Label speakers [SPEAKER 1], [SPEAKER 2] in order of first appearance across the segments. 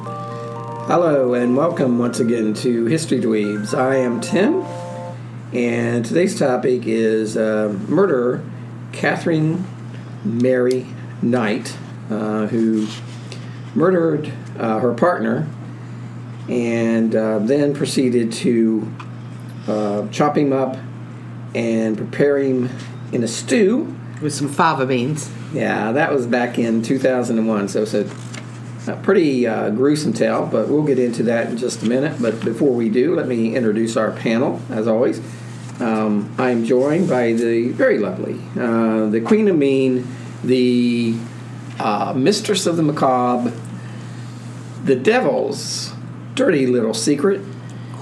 [SPEAKER 1] Hello and welcome once again to History Dweebs. I am Tim, and today's topic is uh, murderer Catherine Mary Knight, uh, who murdered uh, her partner and uh, then proceeded to uh, chop him up and prepare him in a stew.
[SPEAKER 2] with some fava beans.
[SPEAKER 1] Yeah, that was back in 2001, so it's a, a pretty uh, gruesome tale, but we'll get into that in just a minute. But before we do, let me introduce our panel, as always. Um, I am joined by the very lovely, uh, the Queen of Mean, the uh, Mistress of the Macabre, the Devil's Dirty Little Secret,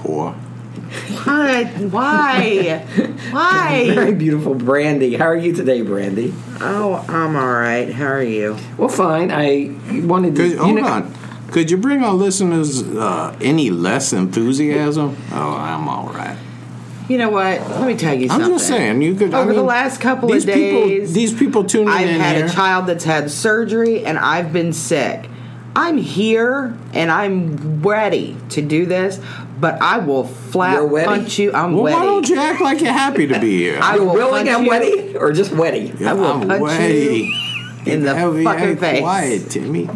[SPEAKER 2] Why? Why?
[SPEAKER 1] very
[SPEAKER 2] Why?
[SPEAKER 1] beautiful Brandy. How are you today, Brandy?
[SPEAKER 2] Oh, I'm all right. How are you?
[SPEAKER 1] Well, fine. I wanted to.
[SPEAKER 3] Could,
[SPEAKER 1] you
[SPEAKER 3] hold
[SPEAKER 1] know-
[SPEAKER 3] on. Could you bring our listeners uh, any less enthusiasm? Oh, I'm all right.
[SPEAKER 2] You know what? Let me tell you
[SPEAKER 3] I'm
[SPEAKER 2] something.
[SPEAKER 3] just saying. You could I
[SPEAKER 2] Over the
[SPEAKER 3] mean,
[SPEAKER 2] last couple
[SPEAKER 3] these
[SPEAKER 2] of days,
[SPEAKER 3] People, these people tuning
[SPEAKER 2] I've
[SPEAKER 3] in
[SPEAKER 2] had
[SPEAKER 3] here.
[SPEAKER 2] a child that's had surgery, and I've been sick. I'm here, and I'm ready to do this, but I will flat
[SPEAKER 1] You're wetty?
[SPEAKER 2] punch you. I'm
[SPEAKER 3] Well,
[SPEAKER 2] wetty.
[SPEAKER 3] why don't you act like you're happy to be here?
[SPEAKER 2] I will
[SPEAKER 1] Willing and
[SPEAKER 2] punch you
[SPEAKER 1] wetty, or just wetty?
[SPEAKER 3] Yeah,
[SPEAKER 2] I will
[SPEAKER 3] I'm
[SPEAKER 2] punch
[SPEAKER 3] way-
[SPEAKER 2] you in the
[SPEAKER 3] Have you
[SPEAKER 2] fucking
[SPEAKER 3] ain't
[SPEAKER 2] face.
[SPEAKER 3] Quiet, Timmy.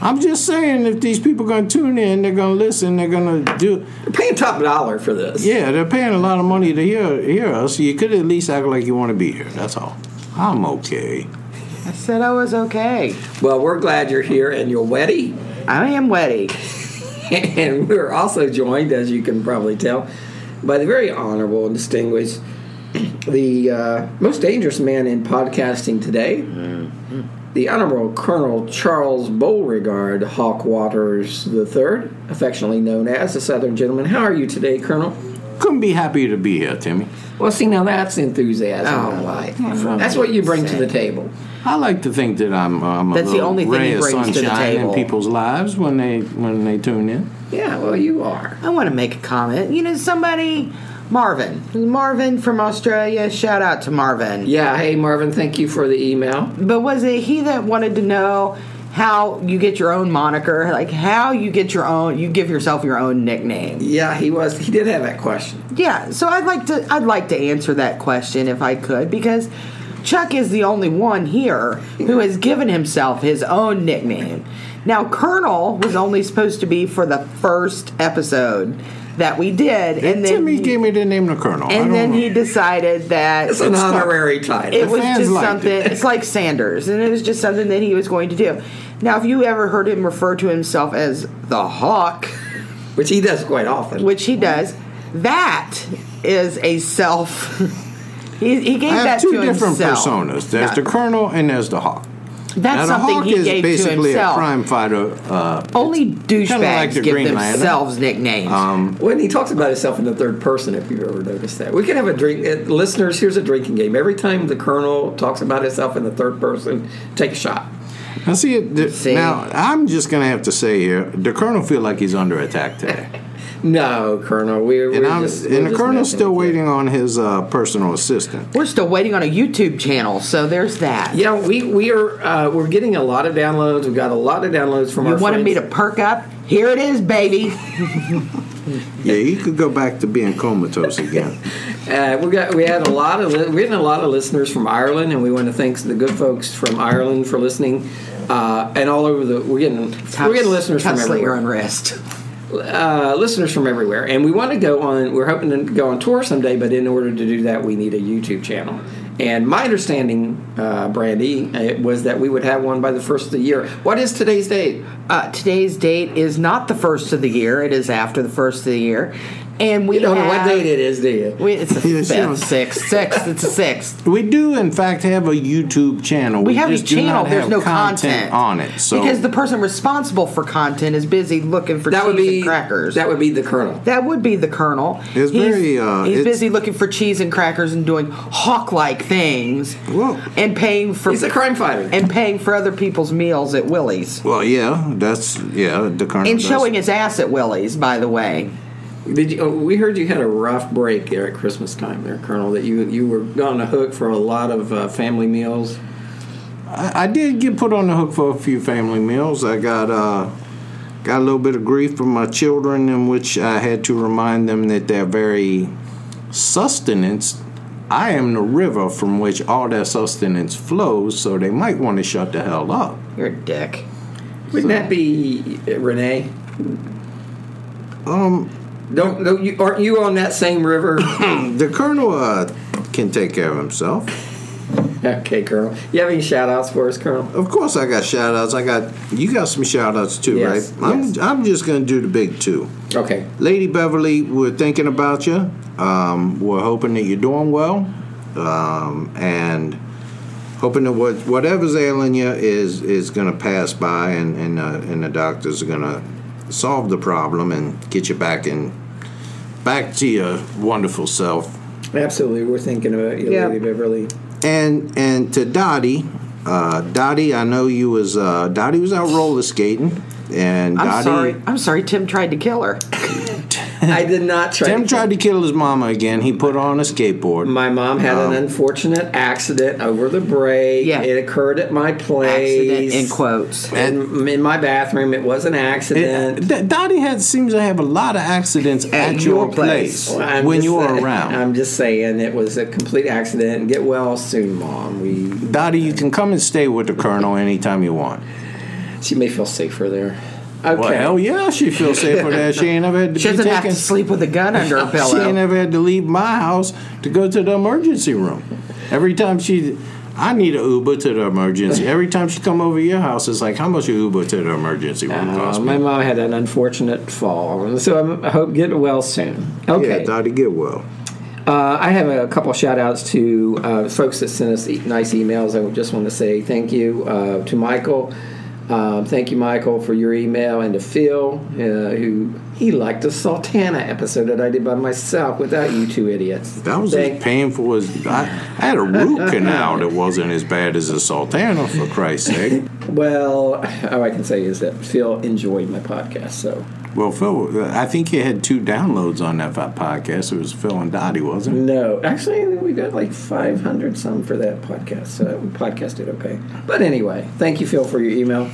[SPEAKER 3] I'm just saying, if these people gonna tune in, they're gonna listen. They're gonna do.
[SPEAKER 1] You're paying top dollar for this.
[SPEAKER 3] Yeah, they're paying a lot of money to hear hear us. You could at least act like you want to be here. That's all. I'm okay.
[SPEAKER 2] I said I was okay.
[SPEAKER 1] Well, we're glad you're here and you're wetty.
[SPEAKER 2] I am wetty.
[SPEAKER 1] And we're also joined, as you can probably tell, by the very honorable and distinguished, the uh, most dangerous man in podcasting today, Mm-hmm. the Honorable Colonel Charles Beauregard Hawk Waters III, affectionately known as the Southern Gentleman. How are you today, Colonel?
[SPEAKER 3] Couldn't be happier to be here, Timmy.
[SPEAKER 1] Well, see, now that's enthusiasm. I like. Oh, That's what you bring to the table.
[SPEAKER 3] I like to think that I'm, uh, I'm
[SPEAKER 2] That's
[SPEAKER 3] a
[SPEAKER 2] the
[SPEAKER 3] little
[SPEAKER 2] only thing
[SPEAKER 3] ray
[SPEAKER 2] he
[SPEAKER 3] of
[SPEAKER 2] brings to the
[SPEAKER 3] sunshine
[SPEAKER 2] table.
[SPEAKER 3] in people's lives when they when they tune in.
[SPEAKER 1] Yeah, well, you are.
[SPEAKER 2] I want to make a comment. You know, somebody, Marvin, Marvin from Australia. Shout out to Marvin.
[SPEAKER 1] Yeah, hey, Marvin, thank you for the email.
[SPEAKER 2] But was it he that wanted to know how you get your own moniker? Like how you get your own, you give yourself your own nickname.
[SPEAKER 1] Yeah, he was. He did have that question.
[SPEAKER 2] Yeah. So I'd like to, I'd like to answer that question if I could, because Chuck is the only one here who has given himself his own nickname. Now, Colonel was only supposed to be for the first episode that we did, and then
[SPEAKER 3] Timmy gave me the name of the Colonel. I
[SPEAKER 2] And
[SPEAKER 3] don't
[SPEAKER 2] then
[SPEAKER 3] know.
[SPEAKER 2] he decided that
[SPEAKER 1] It's an honorary title.
[SPEAKER 2] it was
[SPEAKER 3] fans
[SPEAKER 2] just
[SPEAKER 3] liked
[SPEAKER 2] something.
[SPEAKER 3] it.
[SPEAKER 2] It's like Sanders, and it was just something that he was going to do. Now, if you ever heard him refer to himself as the Hawk,
[SPEAKER 1] which he does quite often.
[SPEAKER 2] which he does, that is a self. he, he gave
[SPEAKER 3] I
[SPEAKER 2] that
[SPEAKER 3] have two
[SPEAKER 2] to
[SPEAKER 3] different
[SPEAKER 2] himself.
[SPEAKER 3] personas. There's
[SPEAKER 2] Yeah.
[SPEAKER 3] the Colonel and there's the Hawk.
[SPEAKER 2] That's
[SPEAKER 3] now the
[SPEAKER 2] something
[SPEAKER 3] Hawk
[SPEAKER 2] he
[SPEAKER 3] is
[SPEAKER 2] gave to
[SPEAKER 3] basically a
[SPEAKER 2] himself.
[SPEAKER 3] crime fighter. Uh,
[SPEAKER 2] Only
[SPEAKER 3] kinda
[SPEAKER 2] douchebags
[SPEAKER 3] like the
[SPEAKER 2] give
[SPEAKER 3] Green Lantern. Um,
[SPEAKER 2] themselves nicknames.
[SPEAKER 1] when he talks about himself in the third person, if you've ever noticed that, we can have a drink. uh, Listeners, here's a drinking game. Every time the colonel talks about himself in the third person, take a shot.
[SPEAKER 3] now see, it- the,
[SPEAKER 2] See?
[SPEAKER 3] now I'm just gonna have to say here, the Colonel feel like he's under attack today,
[SPEAKER 1] No, Colonel, we're,
[SPEAKER 3] and
[SPEAKER 1] we're
[SPEAKER 3] I'm
[SPEAKER 1] just we're
[SPEAKER 3] and the
[SPEAKER 1] just
[SPEAKER 3] Colonel's
[SPEAKER 1] messing
[SPEAKER 3] still
[SPEAKER 1] with you.
[SPEAKER 3] waiting on his uh, personal assistant.
[SPEAKER 2] We're still waiting on a YouTube channel, so there's that.
[SPEAKER 1] Yeah, we we are uh, we're getting a lot of downloads. We've got a lot of downloads from
[SPEAKER 2] You
[SPEAKER 1] our.
[SPEAKER 2] wanted me to
[SPEAKER 1] friends.
[SPEAKER 2] perk up? Here it is, baby.
[SPEAKER 3] Yeah, he could go back to being comatose again.
[SPEAKER 1] Uh, we got we had a lot of li- we had a lot of listeners from Ireland, and we want to thank the good folks from Ireland for listening, uh, and all over the we're getting we're getting listeners from
[SPEAKER 2] Slit
[SPEAKER 1] everywhere
[SPEAKER 2] your own wrist.
[SPEAKER 1] uh, listeners from everywhere, and we want to go on. We're hoping to go on tour someday, but in order to do that, we need a YouTube channel. And my understanding, uh, Brandy, uh, was that we would have one by the first of the year. What is today's date?
[SPEAKER 2] Uh, today's date is not the first of the year. It is after the first of the year, and we
[SPEAKER 1] You don't know what
[SPEAKER 2] have-
[SPEAKER 1] date it is, do you?
[SPEAKER 2] We, it's the
[SPEAKER 3] Yeah,
[SPEAKER 2] fifth,
[SPEAKER 3] she don't-
[SPEAKER 2] sixth, sixth. It's the sixth.
[SPEAKER 3] We do, in fact, have a YouTube channel.
[SPEAKER 2] We have a
[SPEAKER 3] just do
[SPEAKER 2] channel.
[SPEAKER 3] not
[SPEAKER 2] There's
[SPEAKER 3] have
[SPEAKER 2] no content,
[SPEAKER 3] on it. So
[SPEAKER 2] because the person responsible for content is busy looking for
[SPEAKER 1] That
[SPEAKER 2] cheese
[SPEAKER 1] would be
[SPEAKER 2] and crackers.
[SPEAKER 1] That would be the Colonel.
[SPEAKER 2] That would be the colonel.
[SPEAKER 3] It's
[SPEAKER 2] he's,
[SPEAKER 3] very, uh,
[SPEAKER 2] he's
[SPEAKER 3] it's-
[SPEAKER 2] busy looking for cheese and crackers and doing hawk-like things,
[SPEAKER 3] Whoa.
[SPEAKER 2] and paying for
[SPEAKER 1] He's a crime fighter.
[SPEAKER 2] and paying for other people's meals at Willie's,
[SPEAKER 3] well, yeah, that's yeah. The current
[SPEAKER 2] and showing his ass at Willie's. By the way,
[SPEAKER 1] Did you, oh, we heard you had a rough break there at Christmas time, there, Colonel. That you you were on the hook for a lot of uh, family meals.
[SPEAKER 3] I, I did get put on the hook for a few family meals. I got uh, got a little bit of grief from my children, in which I had to remind them that their very sustenance. I am the river from which all their sustenance flows, so they might want to shut the hell up.
[SPEAKER 2] you're a dick.
[SPEAKER 1] Wouldn't that be uh, Renee?
[SPEAKER 3] Um,
[SPEAKER 1] Don't, don't you aren't you on that same river?
[SPEAKER 3] the colonel uh, can take care of himself.
[SPEAKER 1] Okay, Colonel. You have any shout outs for us, Colonel?
[SPEAKER 3] Of course, I got shout outs. I got you got some shout outs too,
[SPEAKER 1] Yes,
[SPEAKER 3] right? I'm,
[SPEAKER 1] yes.
[SPEAKER 3] I'm just gonna do the big two.
[SPEAKER 1] Okay.
[SPEAKER 3] Lady Beverly, we're thinking about you. Um, we're hoping that you're doing well, um, and hoping that what, whatever's ailing you is is gonna pass by, and and, uh, and the doctors are gonna solve the problem and get you back in back to your wonderful self.
[SPEAKER 1] Absolutely. We're thinking about you,
[SPEAKER 2] Yeah.
[SPEAKER 1] Lady Beverly.
[SPEAKER 3] And and to Dottie, uh, Dottie, I know you was uh, Dottie was out roller skating, and
[SPEAKER 2] I'm
[SPEAKER 3] Dottie,
[SPEAKER 2] sorry. I'm sorry. Tim tried to kill her.
[SPEAKER 1] I did not try.
[SPEAKER 3] Tim
[SPEAKER 1] to-
[SPEAKER 3] tried to kill his mama again. He put her on a skateboard.
[SPEAKER 1] My mom had
[SPEAKER 3] Oh.
[SPEAKER 1] an unfortunate accident over the break.
[SPEAKER 2] Yeah.
[SPEAKER 1] It occurred at my place.
[SPEAKER 2] Accident in quotes.
[SPEAKER 1] In, in my bathroom, it was an accident.
[SPEAKER 3] It- D- Dottie had seems to have a lot of accidents at, your,
[SPEAKER 2] your place.
[SPEAKER 3] place,
[SPEAKER 1] Well, I'm
[SPEAKER 3] when
[SPEAKER 1] just
[SPEAKER 3] you are
[SPEAKER 1] saying-
[SPEAKER 3] around.
[SPEAKER 1] I'm just saying it was a complete accident. Get well soon, Mom. We
[SPEAKER 3] Dottie, you can come and stay with the colonel anytime you want.
[SPEAKER 1] she may feel safer there. Okay.
[SPEAKER 3] Well, hell yeah, she feels safer there. She ain't ever had to
[SPEAKER 2] She
[SPEAKER 3] be
[SPEAKER 2] doesn't
[SPEAKER 3] taken.
[SPEAKER 2] have to sleep with a gun under her
[SPEAKER 3] She ain't
[SPEAKER 2] pillow.
[SPEAKER 3] ever had to leave my house to go to the emergency room. Every time she, I need an Uber to the emergency. Every time she come over your house, it's like, how much an Uber to the emergency room cost
[SPEAKER 1] Uh,
[SPEAKER 3] me?
[SPEAKER 1] my mom had an unfortunate fall, so I'm, I hope get well soon. Okay.
[SPEAKER 3] Yeah, Dottie, get well.
[SPEAKER 1] Uh, I have a couple shout outs to uh, folks that sent us e- nice emails. I just want to say thank you uh, to Michael. Um, thank you, Michael, for your email, and to Phil, uh, who he liked the Sultana episode that I did by myself without you two idiots.
[SPEAKER 3] That was
[SPEAKER 1] Thank-
[SPEAKER 3] as painful as I, I had a root canal that wasn't as bad as a sultana, for Christ's sake.
[SPEAKER 1] well. All I can say is that Phil enjoyed my podcast. So
[SPEAKER 3] Well, Phil, I think you had two downloads on that podcast. It was Phil and Dottie, wasn't it?
[SPEAKER 1] no, actually, I think we got like 500 some for that podcast. So that podcast did okay. But anyway, thank you, Phil, for your email.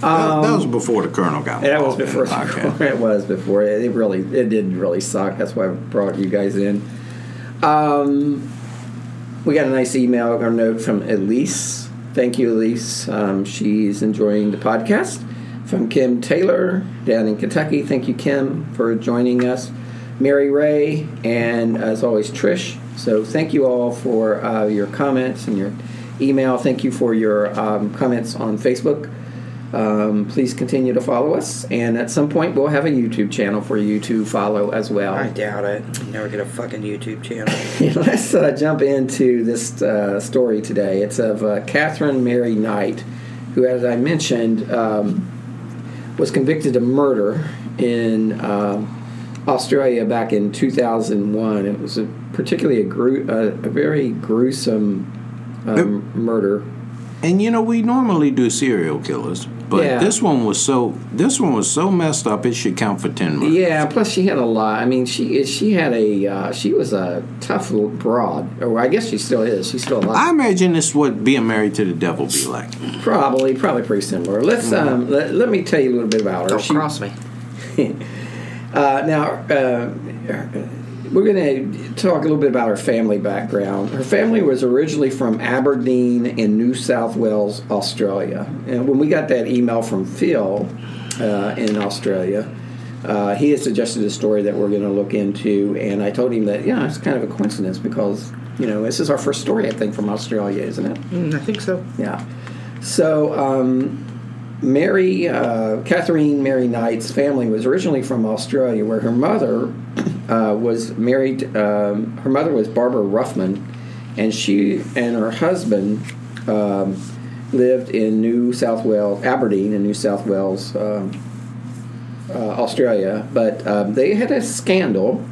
[SPEAKER 3] that, that was before the Colonel got
[SPEAKER 1] Um, That was
[SPEAKER 3] involved in the
[SPEAKER 1] before.
[SPEAKER 3] podcast.
[SPEAKER 1] it was before. It it really, it did really suck. That's why I brought you guys in. Um, we got a nice email or note from Elise. Thank you, Elise. Um, she's enjoying the podcast. From Kim Taylor down in Kentucky. Thank you, Kim, for joining us. Mary Ray, and as always, Trish. So thank you all for uh, your comments and your email. Thank you for your um, comments on Facebook. Um, please continue to follow us, and at some point we'll have a YouTube channel for you to follow as well.
[SPEAKER 4] I doubt it. Never get a fucking YouTube channel.
[SPEAKER 1] Let's uh, jump into this uh, story today. It's of uh, Catherine Mary Knight, who, as I mentioned, um, was convicted of murder in uh, Australia back in 2001. It was a particularly a, gru- a, a very gruesome um, murder.
[SPEAKER 3] And you know, we normally do serial killers, but
[SPEAKER 1] Yeah.
[SPEAKER 3] this one was so this one was so messed up. It should count for ten months.
[SPEAKER 1] Yeah, plus she had a lot. I mean, she she had a uh, she was a tough little broad, or I guess she still is. She's still
[SPEAKER 3] I
[SPEAKER 1] alive.
[SPEAKER 3] imagine this would being married to the devil be like.
[SPEAKER 1] probably probably pretty similar. Let's
[SPEAKER 2] Mm-hmm.
[SPEAKER 1] um, let, let me tell you a little bit about her.
[SPEAKER 2] Don't
[SPEAKER 1] She-
[SPEAKER 2] cross me.
[SPEAKER 1] uh, now, uh, We're going to talk a little bit about her family background. Her family was originally from Aberdeen in New South Wales, Australia. And when we got that email from Phil uh, in Australia, uh, he had suggested a story that we're going to look into. And I told him that, yeah, it's kind of a coincidence because, you know, this is our first story, I think, from Australia, isn't it?
[SPEAKER 2] Mm, I think so.
[SPEAKER 1] Yeah. So, um, Mary, uh, Catherine Mary Knight's family was originally from Australia, where her mother uh, was married. Um, her mother was Barbara Ruffman, and she and her husband um, lived in New South Wales, Aberdeen, in New South Wales, um, uh, Australia. But um, they had a scandal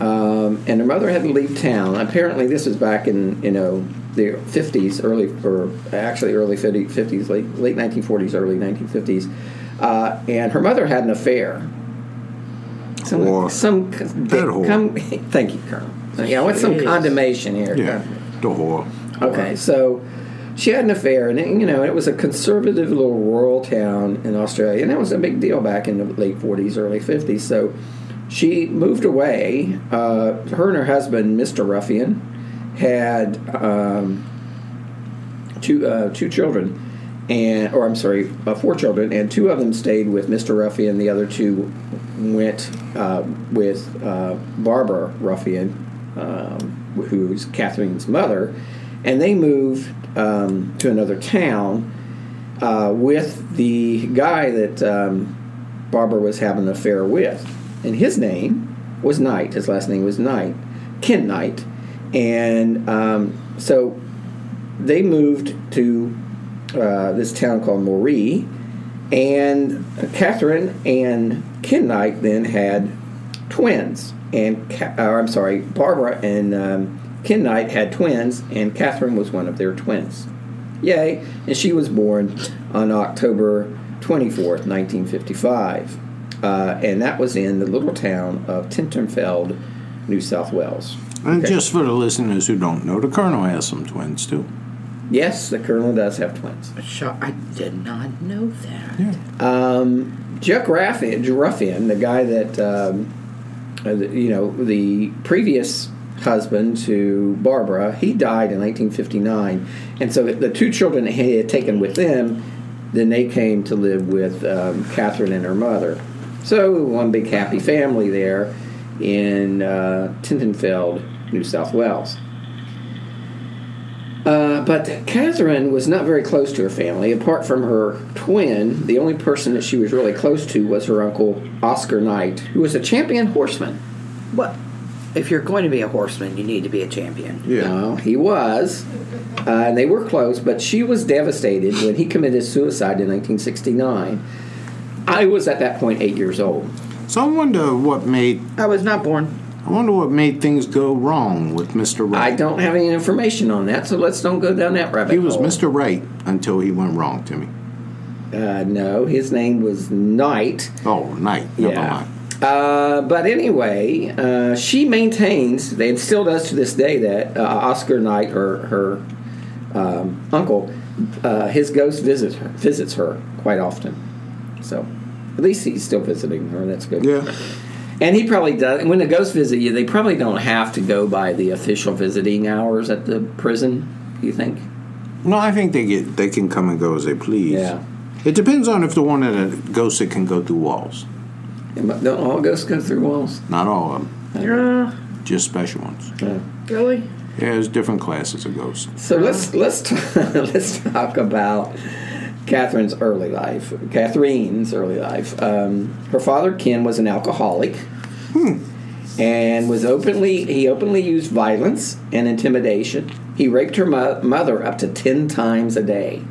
[SPEAKER 1] um, and her mother had to leave town. Apparently, this was back in you know the fifties, early or actually early fifties, late late nineteen forties, early nineteen fifties, uh, and her mother had an affair. Some,
[SPEAKER 3] Whore.
[SPEAKER 1] some
[SPEAKER 3] That whore.
[SPEAKER 1] come- thank you, Colonel. Yeah, what's some
[SPEAKER 2] Jeez.
[SPEAKER 1] condemnation here?
[SPEAKER 3] Yeah, the whore.
[SPEAKER 1] Okay, so she had an affair, and it, you know it was a conservative little rural town in Australia, and that was a big deal back in the late forties, early fifties. So she moved away. Uh, her and her husband, Mister Ruffian, had um, two uh, two children, and or I'm sorry, uh, four children, and two of them stayed with Mr. Ruffian. The other two went uh, with uh, Barbara Ruffian, um, wh- who's Catherine's mother, and they moved um, to another town uh, with the guy that um, Barbara was having an affair with, and his name was Knight. His last name was Knight, Ken Knight, and um, so they moved to uh, this town called Moree, and Catherine and Ken Knight then had twins. And Ca- or, I'm sorry, Barbara and um, Ken Knight had twins, and Catherine was one of their twins. Yay! And she was born on October 24th, 1955. Uh, and that was in the little town of Tinterfeld, New South Wales.
[SPEAKER 3] And
[SPEAKER 1] Okay.
[SPEAKER 3] just for the listeners who don't know, the Colonel has some twins too.
[SPEAKER 1] Yes, the colonel does have twins.
[SPEAKER 4] Sure, I did not know that.
[SPEAKER 1] Um, Chuck Raffin, Ruffin, the guy that um, uh, the- you know the previous husband to Barbara, he died in 1959, and so the two children that he had taken with them, then they came to live with um, Catherine and her mother. So one big happy family there in uh, Tintenfeld, New South Wales. Uh, but Catherine was not very close to her family. Apart from her twin, the only person that she was really close to was her uncle Oscar Knight, who was a champion horseman.
[SPEAKER 4] Well, if you're going to be a horseman, you need to be a champion.
[SPEAKER 1] No, he was, uh, and they were close. But she was devastated when he committed suicide in 1969. I was at that point eight years old.
[SPEAKER 3] So I wonder what made
[SPEAKER 2] I was not born.
[SPEAKER 3] I wonder what made things go wrong with Mr. Wright.
[SPEAKER 1] I don't have any information on that, so let's don't go down that rabbit
[SPEAKER 3] He was
[SPEAKER 1] hole.
[SPEAKER 3] Mr. Right until he went wrong to me.
[SPEAKER 1] Uh, no, his name was Knight.
[SPEAKER 3] Oh, night. Never mind.
[SPEAKER 1] Uh, but anyway, uh, she maintains, and still does to this day, that uh, Oscar Knight, her her um, uncle, uh, his ghost visits her, visits her quite often. So, at least he's still visiting her. That's good.
[SPEAKER 3] Yeah.
[SPEAKER 1] And he probably does. When the ghosts visit you, they probably don't have to go by the official visiting hours at the prison. You think?
[SPEAKER 3] No, I think they get they can come and go as they please.
[SPEAKER 1] Yeah.
[SPEAKER 3] It depends on if the one that a ghost that can go through walls.
[SPEAKER 1] Don't all ghosts go through walls?
[SPEAKER 3] Not all of them, just special ones.
[SPEAKER 2] Really?
[SPEAKER 3] Yeah, there's different classes of ghosts.
[SPEAKER 1] So let's let's t- let's talk about Catherine's early life. Catherine's early life. Um, her father Ken was an alcoholic, and was openly he openly used violence and intimidation. He raped her mo- mother up to ten times a day.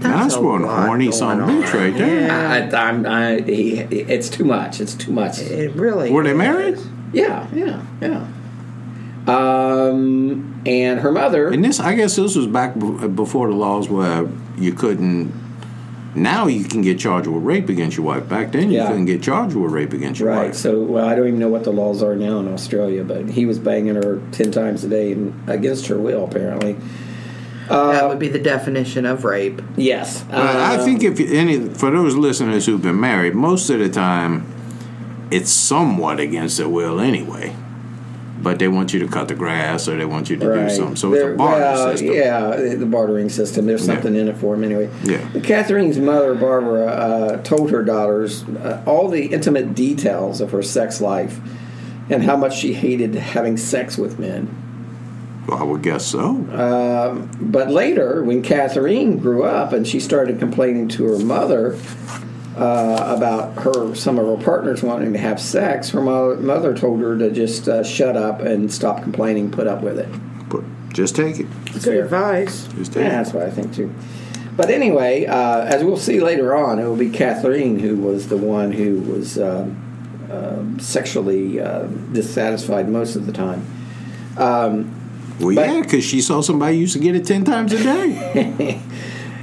[SPEAKER 3] That's, one horny son of a bitch right there.
[SPEAKER 1] I, I, I'm, I, he, it's too much. It's too much.
[SPEAKER 2] It really.
[SPEAKER 3] Were they married?
[SPEAKER 1] Yeah, yeah, yeah. Um, and her mother.
[SPEAKER 3] And this, I guess, this was back b- before the laws where you couldn't. Now you can get charged with rape against your wife. Back then,
[SPEAKER 1] Yeah.
[SPEAKER 3] you couldn't get charged with rape against your
[SPEAKER 1] Right.
[SPEAKER 3] wife.
[SPEAKER 1] So, well, I don't even know what the laws are now in Australia, but he was banging her ten times a day and against her will, apparently.
[SPEAKER 2] that would be the definition of rape.
[SPEAKER 1] Yes. uh, Um,
[SPEAKER 3] But I think if you- any for those listeners who've been married, most of the time, it's somewhat against their will anyway. But they want you to cut the grass or they want you to do something. So
[SPEAKER 1] There-
[SPEAKER 3] it's a barter
[SPEAKER 1] well,
[SPEAKER 3] system.
[SPEAKER 1] Yeah, the- the bartering system. There's something in it for them anyway.
[SPEAKER 3] Yeah.
[SPEAKER 1] Catherine's mother, Barbara, uh, told her daughters uh, all the intimate details of her sex life and how much she hated having sex with men.
[SPEAKER 3] Well, I would guess so.
[SPEAKER 1] Uh, But later, when Catherine grew up and she started complaining to her mother uh, about her some of her partners wanting to have sex, her mo- mother told her to just uh, shut up and stop complaining, put up with it.
[SPEAKER 3] but just take it.
[SPEAKER 1] It's
[SPEAKER 2] Good
[SPEAKER 1] fair.
[SPEAKER 2] advice.
[SPEAKER 3] Just take
[SPEAKER 1] Yeah,
[SPEAKER 3] it.
[SPEAKER 1] that's what I think too. But anyway, uh, as we'll see later on, it will be Catherine who was the one who was um, um sexually uh, dissatisfied most of the time.
[SPEAKER 3] Well,
[SPEAKER 1] But-
[SPEAKER 3] yeah, because she saw somebody used to get it 10 times a day.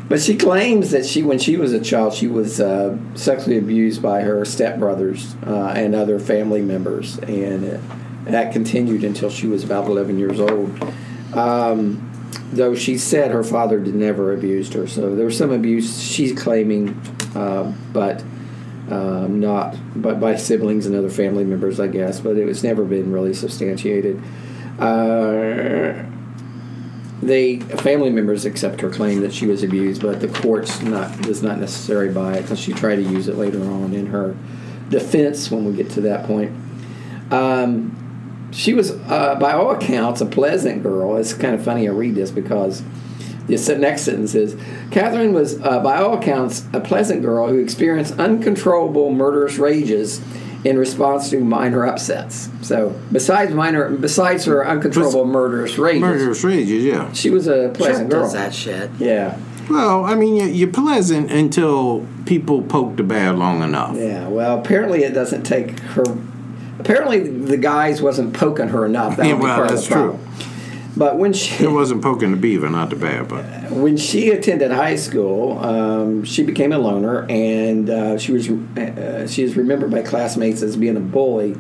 [SPEAKER 1] But she claims that she, when she was a child, she was uh, sexually abused by her stepbrothers uh, and other family members, and uh, that continued until she was about 11 years old. Um, though she said her father did never abused her, so there was some abuse she's claiming, uh, but um, not but by siblings and other family members, I guess. But it was never been really substantiated. Uh, they family members accept her claim that she was abused, but the courts not was not necessary by it because she tried to use it later on in her defense when we get to that point. Um, she was, uh, by all accounts, a pleasant girl. It's kind of funny I read this because the se- next sentence is Catherine was, uh, by all accounts, a pleasant girl who experienced uncontrollable murderous rages in response to minor upsets. So, besides minor, besides her uncontrollable murderous rages,
[SPEAKER 3] Murderous rages, yeah.
[SPEAKER 1] she was a pleasant
[SPEAKER 4] Chuck
[SPEAKER 1] girl.
[SPEAKER 4] does that shit.
[SPEAKER 1] Yeah,
[SPEAKER 3] Well, I mean, you're- you're pleasant until people poke the bear long enough.
[SPEAKER 1] yeah. Well, apparently it doesn't take her. Apparently the guys wasn't poking her enough. That
[SPEAKER 3] Yeah,
[SPEAKER 1] would be
[SPEAKER 3] well,
[SPEAKER 1] part of
[SPEAKER 3] that's
[SPEAKER 1] the problem. But when she
[SPEAKER 3] It wasn't poking the beaver, not the bear, but
[SPEAKER 1] when she attended high school, um, she became a loner, and uh, she was uh, she is remembered by classmates as being a bully.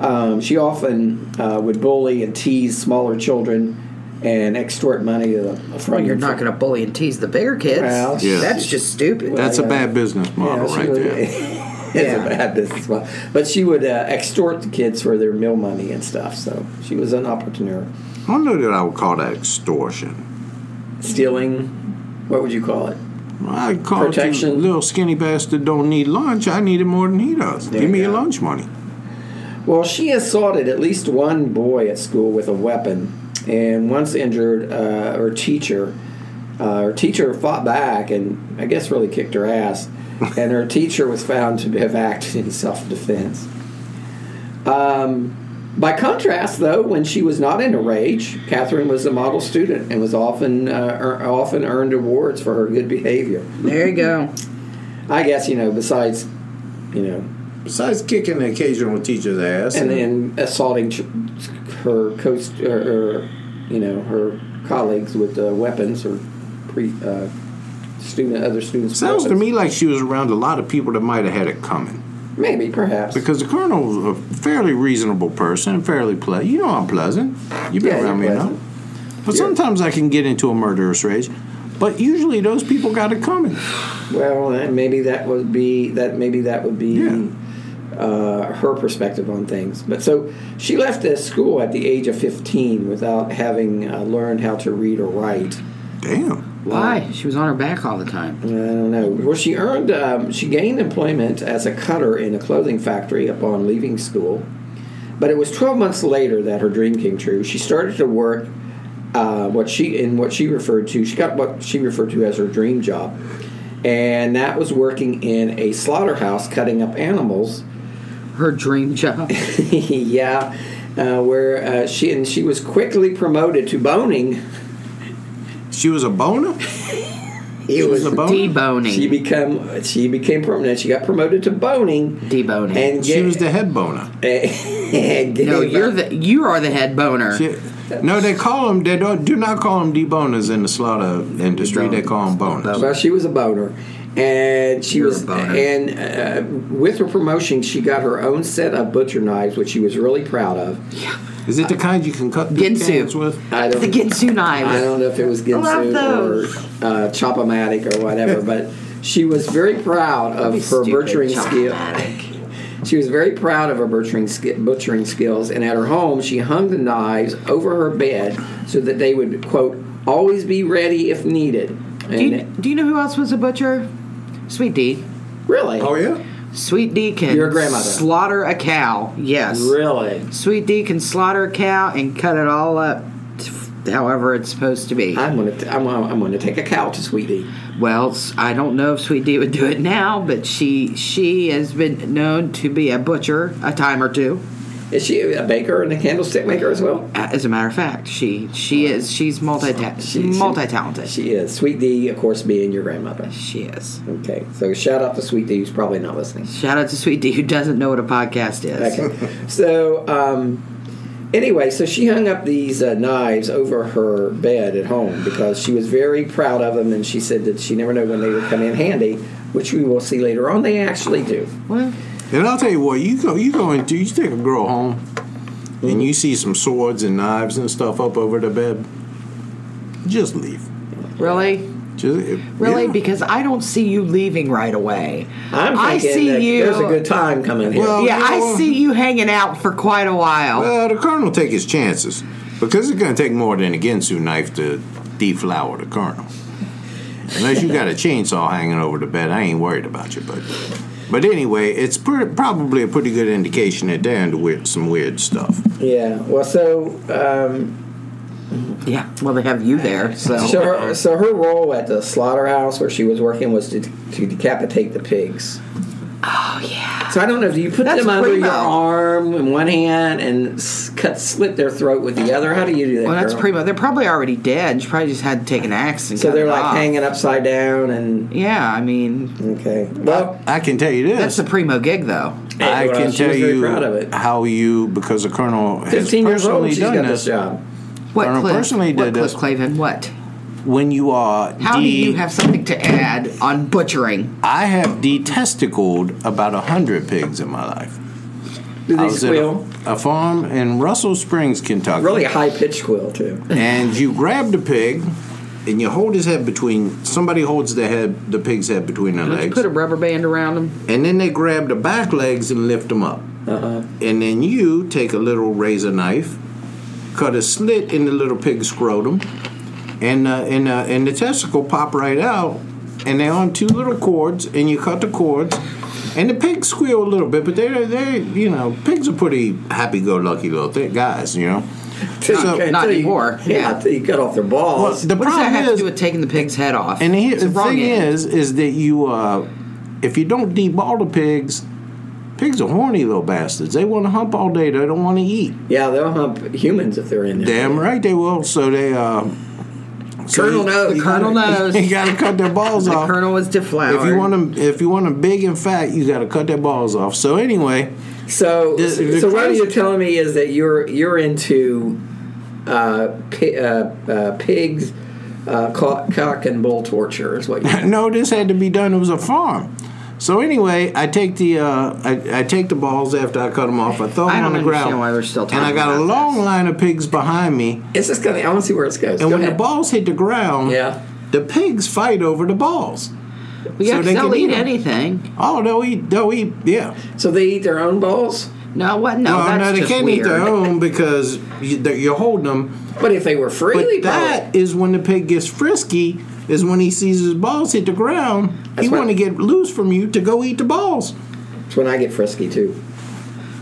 [SPEAKER 1] Um, she often uh, would bully and tease smaller children and extort money to the, from
[SPEAKER 4] Well, you're not going to bully and tease the bigger kids.
[SPEAKER 1] Well, Yeah.
[SPEAKER 4] That's just stupid.
[SPEAKER 3] that's a bad business model
[SPEAKER 1] she
[SPEAKER 3] right
[SPEAKER 1] would-
[SPEAKER 3] there.
[SPEAKER 1] it's a bad business model. But she would uh, extort the kids for their meal money and stuff. So she was an opportunist.
[SPEAKER 3] I don't know that I would call that extortion.
[SPEAKER 1] Stealing, what would you call it?
[SPEAKER 3] I'd call it
[SPEAKER 1] Protection.
[SPEAKER 3] the little skinny bastard don't need lunch. I need it more than he does.
[SPEAKER 1] There
[SPEAKER 3] Give me
[SPEAKER 1] you
[SPEAKER 3] your
[SPEAKER 1] go.
[SPEAKER 3] lunch money.
[SPEAKER 1] Well, she assaulted at least one boy at school with a weapon, and once injured uh, her teacher. Uh, her teacher fought back and I guess really kicked her ass, and her teacher was found to have acted in self defense. Um, by contrast, though, when she was not in a rage, Catherine was a model student and was often uh, ear- often earned awards for her good behavior.
[SPEAKER 4] There you go.
[SPEAKER 1] I guess you know, besides you know
[SPEAKER 3] Besides kicking the occasional teacher's ass,
[SPEAKER 1] and then assaulting ch- her co or, or you know her colleagues with uh, weapons or pre uh, student other students. with
[SPEAKER 3] sounds to
[SPEAKER 1] weapons.
[SPEAKER 3] me like she was around a lot of people that might have had it coming.
[SPEAKER 1] maybe perhaps
[SPEAKER 3] Because the colonel was a fairly reasonable person, fairly pleasant. You know I'm pleasant. You've been
[SPEAKER 1] Yeah,
[SPEAKER 3] around me
[SPEAKER 1] you're
[SPEAKER 3] enough.
[SPEAKER 1] pleasant.
[SPEAKER 3] But
[SPEAKER 1] Yeah.
[SPEAKER 3] sometimes I can get into a murderous rage. But usually those people got it coming.
[SPEAKER 1] well then maybe that would be that maybe that would be.
[SPEAKER 3] Yeah.
[SPEAKER 1] Uh, her perspective on things, but so she left this school at the age of fifteen without having uh, learned how to read or write.
[SPEAKER 3] Damn.
[SPEAKER 4] Why? She was on her back all the time.
[SPEAKER 1] I don't know. Well, she earned, um, she gained employment as a cutter in a clothing factory upon leaving school. But it was 12 months later that her dream came true. She started to work uh, what she in what she referred to. She got what she referred to as her dream job, and that was working in a slaughterhouse cutting up animals.
[SPEAKER 4] Her dream job.
[SPEAKER 1] yeah, uh, where uh, she and she was quickly promoted to boning.
[SPEAKER 3] She was a boner?
[SPEAKER 1] It
[SPEAKER 3] was a boner?
[SPEAKER 1] Oh. She
[SPEAKER 4] Deboning.
[SPEAKER 1] become she became permanent. She got promoted to boning.
[SPEAKER 4] Deboning.
[SPEAKER 1] And
[SPEAKER 3] She
[SPEAKER 1] get-
[SPEAKER 3] was the head boner.
[SPEAKER 1] and get
[SPEAKER 4] no,
[SPEAKER 1] it
[SPEAKER 4] you're
[SPEAKER 1] back.
[SPEAKER 4] the you are the head boner.
[SPEAKER 3] She- no, they call them. They don't. Do not call them deboners in the slaughter industry. They call them boners.
[SPEAKER 1] Well, she was a boner, and she
[SPEAKER 4] You're
[SPEAKER 1] was
[SPEAKER 4] a boner.
[SPEAKER 1] and uh, with her promotion, she got her own set of butcher knives, which she was really proud of.
[SPEAKER 3] Is it the kind you can cut the
[SPEAKER 4] Ginsu.
[SPEAKER 3] cans with?
[SPEAKER 1] I don't,
[SPEAKER 4] the Ginsu
[SPEAKER 1] I
[SPEAKER 4] knives.
[SPEAKER 1] don't know if it was
[SPEAKER 2] love
[SPEAKER 1] Ginsu or
[SPEAKER 2] those.
[SPEAKER 1] uh, Chopomatic or whatever, but she was very proud of her
[SPEAKER 4] Stupid
[SPEAKER 1] butchering skill.
[SPEAKER 4] chop-matic.
[SPEAKER 1] She was very proud of her butchering, sk- butchering skills, and at her home, she hung the knives over her bed so that they would, quote, always be ready if needed. And
[SPEAKER 2] Do you, do you know who else was a butcher? Sweet D.
[SPEAKER 1] really?
[SPEAKER 4] Oh,
[SPEAKER 3] yeah.
[SPEAKER 2] Sweet D can
[SPEAKER 1] Your grandmother.
[SPEAKER 2] slaughter a cow. Yes.
[SPEAKER 1] Really?
[SPEAKER 2] Sweet D can slaughter a cow and cut it all up to f- however it's supposed to be.
[SPEAKER 1] I'm going to I'm, I'm gonna take a cow to Sweetie.
[SPEAKER 2] well, s- I don't know if Sweet D would do it now, but she she has been known to be a butcher a time or two.
[SPEAKER 1] Is she a baker and a candlestick maker as well?
[SPEAKER 2] A- Uh, As a matter of fact, she she is she's multi
[SPEAKER 1] She- she-
[SPEAKER 2] multi talented. She,
[SPEAKER 1] She is. Sweet D, of course, being your grandmother.
[SPEAKER 2] is.
[SPEAKER 1] Okay, so shout out to Sweet D, who's probably not listening.
[SPEAKER 2] Shout out to Sweet D who doesn't know what a podcast is.
[SPEAKER 1] Okay, so um, anyway, so she hung up these uh, knives over her bed at home because she was very proud of them, and she said that she never knew when they would come in handy, which we will see later on. They actually do.
[SPEAKER 2] Well,
[SPEAKER 3] And I'll tell you what, you go, you go into, you take a girl home, and you see some swords and knives and stuff up over the bed. Just leave.
[SPEAKER 2] really.
[SPEAKER 3] Just,
[SPEAKER 2] Really?
[SPEAKER 3] yeah.
[SPEAKER 2] Because I don't see you leaving right away.
[SPEAKER 1] I'm
[SPEAKER 2] I
[SPEAKER 1] thinking
[SPEAKER 2] see
[SPEAKER 1] that
[SPEAKER 2] you.
[SPEAKER 1] there's a good time coming here.
[SPEAKER 3] Well-
[SPEAKER 2] yeah,
[SPEAKER 3] you know
[SPEAKER 2] I
[SPEAKER 3] what?
[SPEAKER 2] see you hanging out for quite a while.
[SPEAKER 3] Well, the colonel take his chances because it's going to take more than a Ginsu knife to deflower the colonel. Unless you got a chainsaw hanging over the bed, I ain't worried about you. But but anyway, it's pretty, probably a pretty good indication that they're into weird, some weird stuff.
[SPEAKER 1] yeah. Well, so um,
[SPEAKER 2] yeah, well, they have you there, so.
[SPEAKER 1] So her, so her role at the slaughterhouse where she was working was to, to decapitate the pigs. Oh yeah. So I don't know. Do you put
[SPEAKER 2] That's
[SPEAKER 1] them under
[SPEAKER 2] primo.
[SPEAKER 1] your arm in one hand and s- cut slit their throat with the other? How do you do that?
[SPEAKER 2] Well, that's
[SPEAKER 1] girl?
[SPEAKER 2] primo. They're probably already dead. She probably just had to take an axe and
[SPEAKER 1] So
[SPEAKER 2] cut
[SPEAKER 1] they're
[SPEAKER 2] it
[SPEAKER 1] like
[SPEAKER 2] off.
[SPEAKER 1] hanging upside down and
[SPEAKER 2] Yeah, I mean,
[SPEAKER 1] okay. Well,
[SPEAKER 3] I can tell you this.
[SPEAKER 2] that's the primo gig, though.
[SPEAKER 3] I
[SPEAKER 1] Well,
[SPEAKER 3] can
[SPEAKER 1] she
[SPEAKER 3] tell
[SPEAKER 1] was very
[SPEAKER 3] you
[SPEAKER 1] proud of it.
[SPEAKER 3] how you because the colonel has
[SPEAKER 1] fifteen years old,
[SPEAKER 3] personally
[SPEAKER 1] she's
[SPEAKER 3] done
[SPEAKER 1] got
[SPEAKER 3] this.
[SPEAKER 1] this job.
[SPEAKER 2] What,
[SPEAKER 3] Colonel
[SPEAKER 2] Cliff?
[SPEAKER 3] personally
[SPEAKER 2] what,
[SPEAKER 3] did
[SPEAKER 2] Cliff
[SPEAKER 3] this.
[SPEAKER 2] Clavin? What?
[SPEAKER 3] When you are,
[SPEAKER 2] How do
[SPEAKER 3] de-
[SPEAKER 2] you have something to add on butchering?
[SPEAKER 3] I have detesticled about a hundred pigs in my life.
[SPEAKER 1] Do
[SPEAKER 2] Oh,
[SPEAKER 3] I
[SPEAKER 1] they
[SPEAKER 3] was at
[SPEAKER 1] squeal?
[SPEAKER 3] a, a farm in Russell Springs, Kentucky.
[SPEAKER 1] Really high pitched squeal too.
[SPEAKER 3] and you grab the pig and you hold his head between somebody holds the head the pig's head between their
[SPEAKER 2] Don't you
[SPEAKER 3] legs
[SPEAKER 2] put a rubber band around them?
[SPEAKER 3] and then they grab the back legs and lift them up uh-huh. and then you take a little razor knife cut a slit in the little pig's scrotum and uh, and uh, and the testicle pop right out and they're on two little cords and you cut the cords and the pigs squeal a little bit but they're they you know pigs are pretty happy-go-lucky little thing, guys you know So-
[SPEAKER 1] Okay,
[SPEAKER 2] not
[SPEAKER 1] till you-
[SPEAKER 2] anymore.
[SPEAKER 1] Yeah,
[SPEAKER 2] Yeah.
[SPEAKER 1] till you cut off their
[SPEAKER 3] Well,
[SPEAKER 1] balls.
[SPEAKER 3] the
[SPEAKER 2] What does
[SPEAKER 3] problem
[SPEAKER 2] that have
[SPEAKER 3] is,
[SPEAKER 2] to do with taking the pig's head off?
[SPEAKER 3] and he,
[SPEAKER 2] It's
[SPEAKER 3] the
[SPEAKER 2] wrong
[SPEAKER 3] thing
[SPEAKER 2] end.
[SPEAKER 3] is, is that you, uh, if you don't deball the pigs, pigs are horny little bastards. They want to hump all day. They don't want to eat.
[SPEAKER 1] yeah, they'll hump humans if they're in there.
[SPEAKER 3] Damn right they will. So they. Uh, so
[SPEAKER 1] Colonel
[SPEAKER 3] you-
[SPEAKER 1] knows.
[SPEAKER 2] The colonel knows.
[SPEAKER 3] You got to cut their balls
[SPEAKER 2] The
[SPEAKER 3] off.
[SPEAKER 2] colonel was deflowered.
[SPEAKER 3] uh, if you want them, if you want them big and fat, you got to cut their balls off. So anyway,
[SPEAKER 1] So,
[SPEAKER 3] The- the
[SPEAKER 1] so what
[SPEAKER 3] crazy-
[SPEAKER 1] you're telling me is that you're you're into uh, pi- uh, uh, pigs, uh, cock, cock and bull torture is what you.
[SPEAKER 3] no, this had to be done. It was a farm. So anyway, I take the uh, I, I take the balls after I cut them off. I throw them
[SPEAKER 2] I
[SPEAKER 3] on
[SPEAKER 2] don't
[SPEAKER 3] the ground.
[SPEAKER 2] understand why we're still
[SPEAKER 3] and I
[SPEAKER 2] talking
[SPEAKER 3] got a
[SPEAKER 2] about
[SPEAKER 3] long line of pigs behind me.
[SPEAKER 1] It's just gonna. I want to see where this goes.
[SPEAKER 3] And
[SPEAKER 1] Go
[SPEAKER 3] when
[SPEAKER 1] ahead.
[SPEAKER 3] the balls hit the ground,
[SPEAKER 1] Yeah.
[SPEAKER 3] the pigs fight over the balls.
[SPEAKER 2] Well, yeah,
[SPEAKER 3] so
[SPEAKER 2] 'cause
[SPEAKER 3] they
[SPEAKER 2] they'll
[SPEAKER 3] can eat
[SPEAKER 2] eat
[SPEAKER 3] 'em.
[SPEAKER 2] anything.
[SPEAKER 3] Oh, they'll eat, they'll eat, yeah.
[SPEAKER 1] so they eat their own balls,
[SPEAKER 2] No, what? No,
[SPEAKER 3] well,
[SPEAKER 2] that's
[SPEAKER 3] no, they
[SPEAKER 2] just
[SPEAKER 3] can't
[SPEAKER 2] weird.
[SPEAKER 3] eat their own because you, that you're holding them.
[SPEAKER 1] but if they were
[SPEAKER 3] But
[SPEAKER 1] freely,
[SPEAKER 3] that is when the pig gets frisky, is when he sees his balls hit the ground.
[SPEAKER 1] That's
[SPEAKER 3] he
[SPEAKER 1] right.
[SPEAKER 3] want to get loose from you to go eat the balls.
[SPEAKER 1] that's when I get frisky too.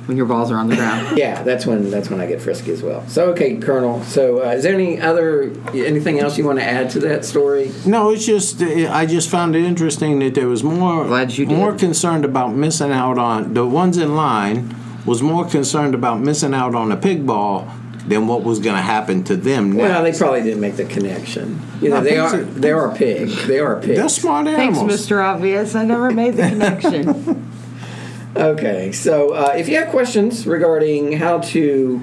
[SPEAKER 2] when your balls are on the ground.
[SPEAKER 1] Yeah, that's when that's when I get frisky as well. So okay, Colonel. So uh, is there any other anything else you want to add to that story?
[SPEAKER 3] No, it's just uh, I just found it interesting that there was more
[SPEAKER 2] Glad you did.
[SPEAKER 3] more concerned about missing out on the ones in line was more concerned about missing out on a pig ball than what was going to happen to them.
[SPEAKER 1] Well,
[SPEAKER 3] next.
[SPEAKER 1] they probably didn't make the connection. You know,
[SPEAKER 3] No,
[SPEAKER 1] they
[SPEAKER 3] pigs
[SPEAKER 1] are
[SPEAKER 3] are-
[SPEAKER 1] they are a pig. They are a pig.
[SPEAKER 3] They're smart
[SPEAKER 2] Thanks,
[SPEAKER 3] animals.
[SPEAKER 2] Mr. Obvious. I never made the connection.
[SPEAKER 1] Okay, so uh, if you have questions regarding how to,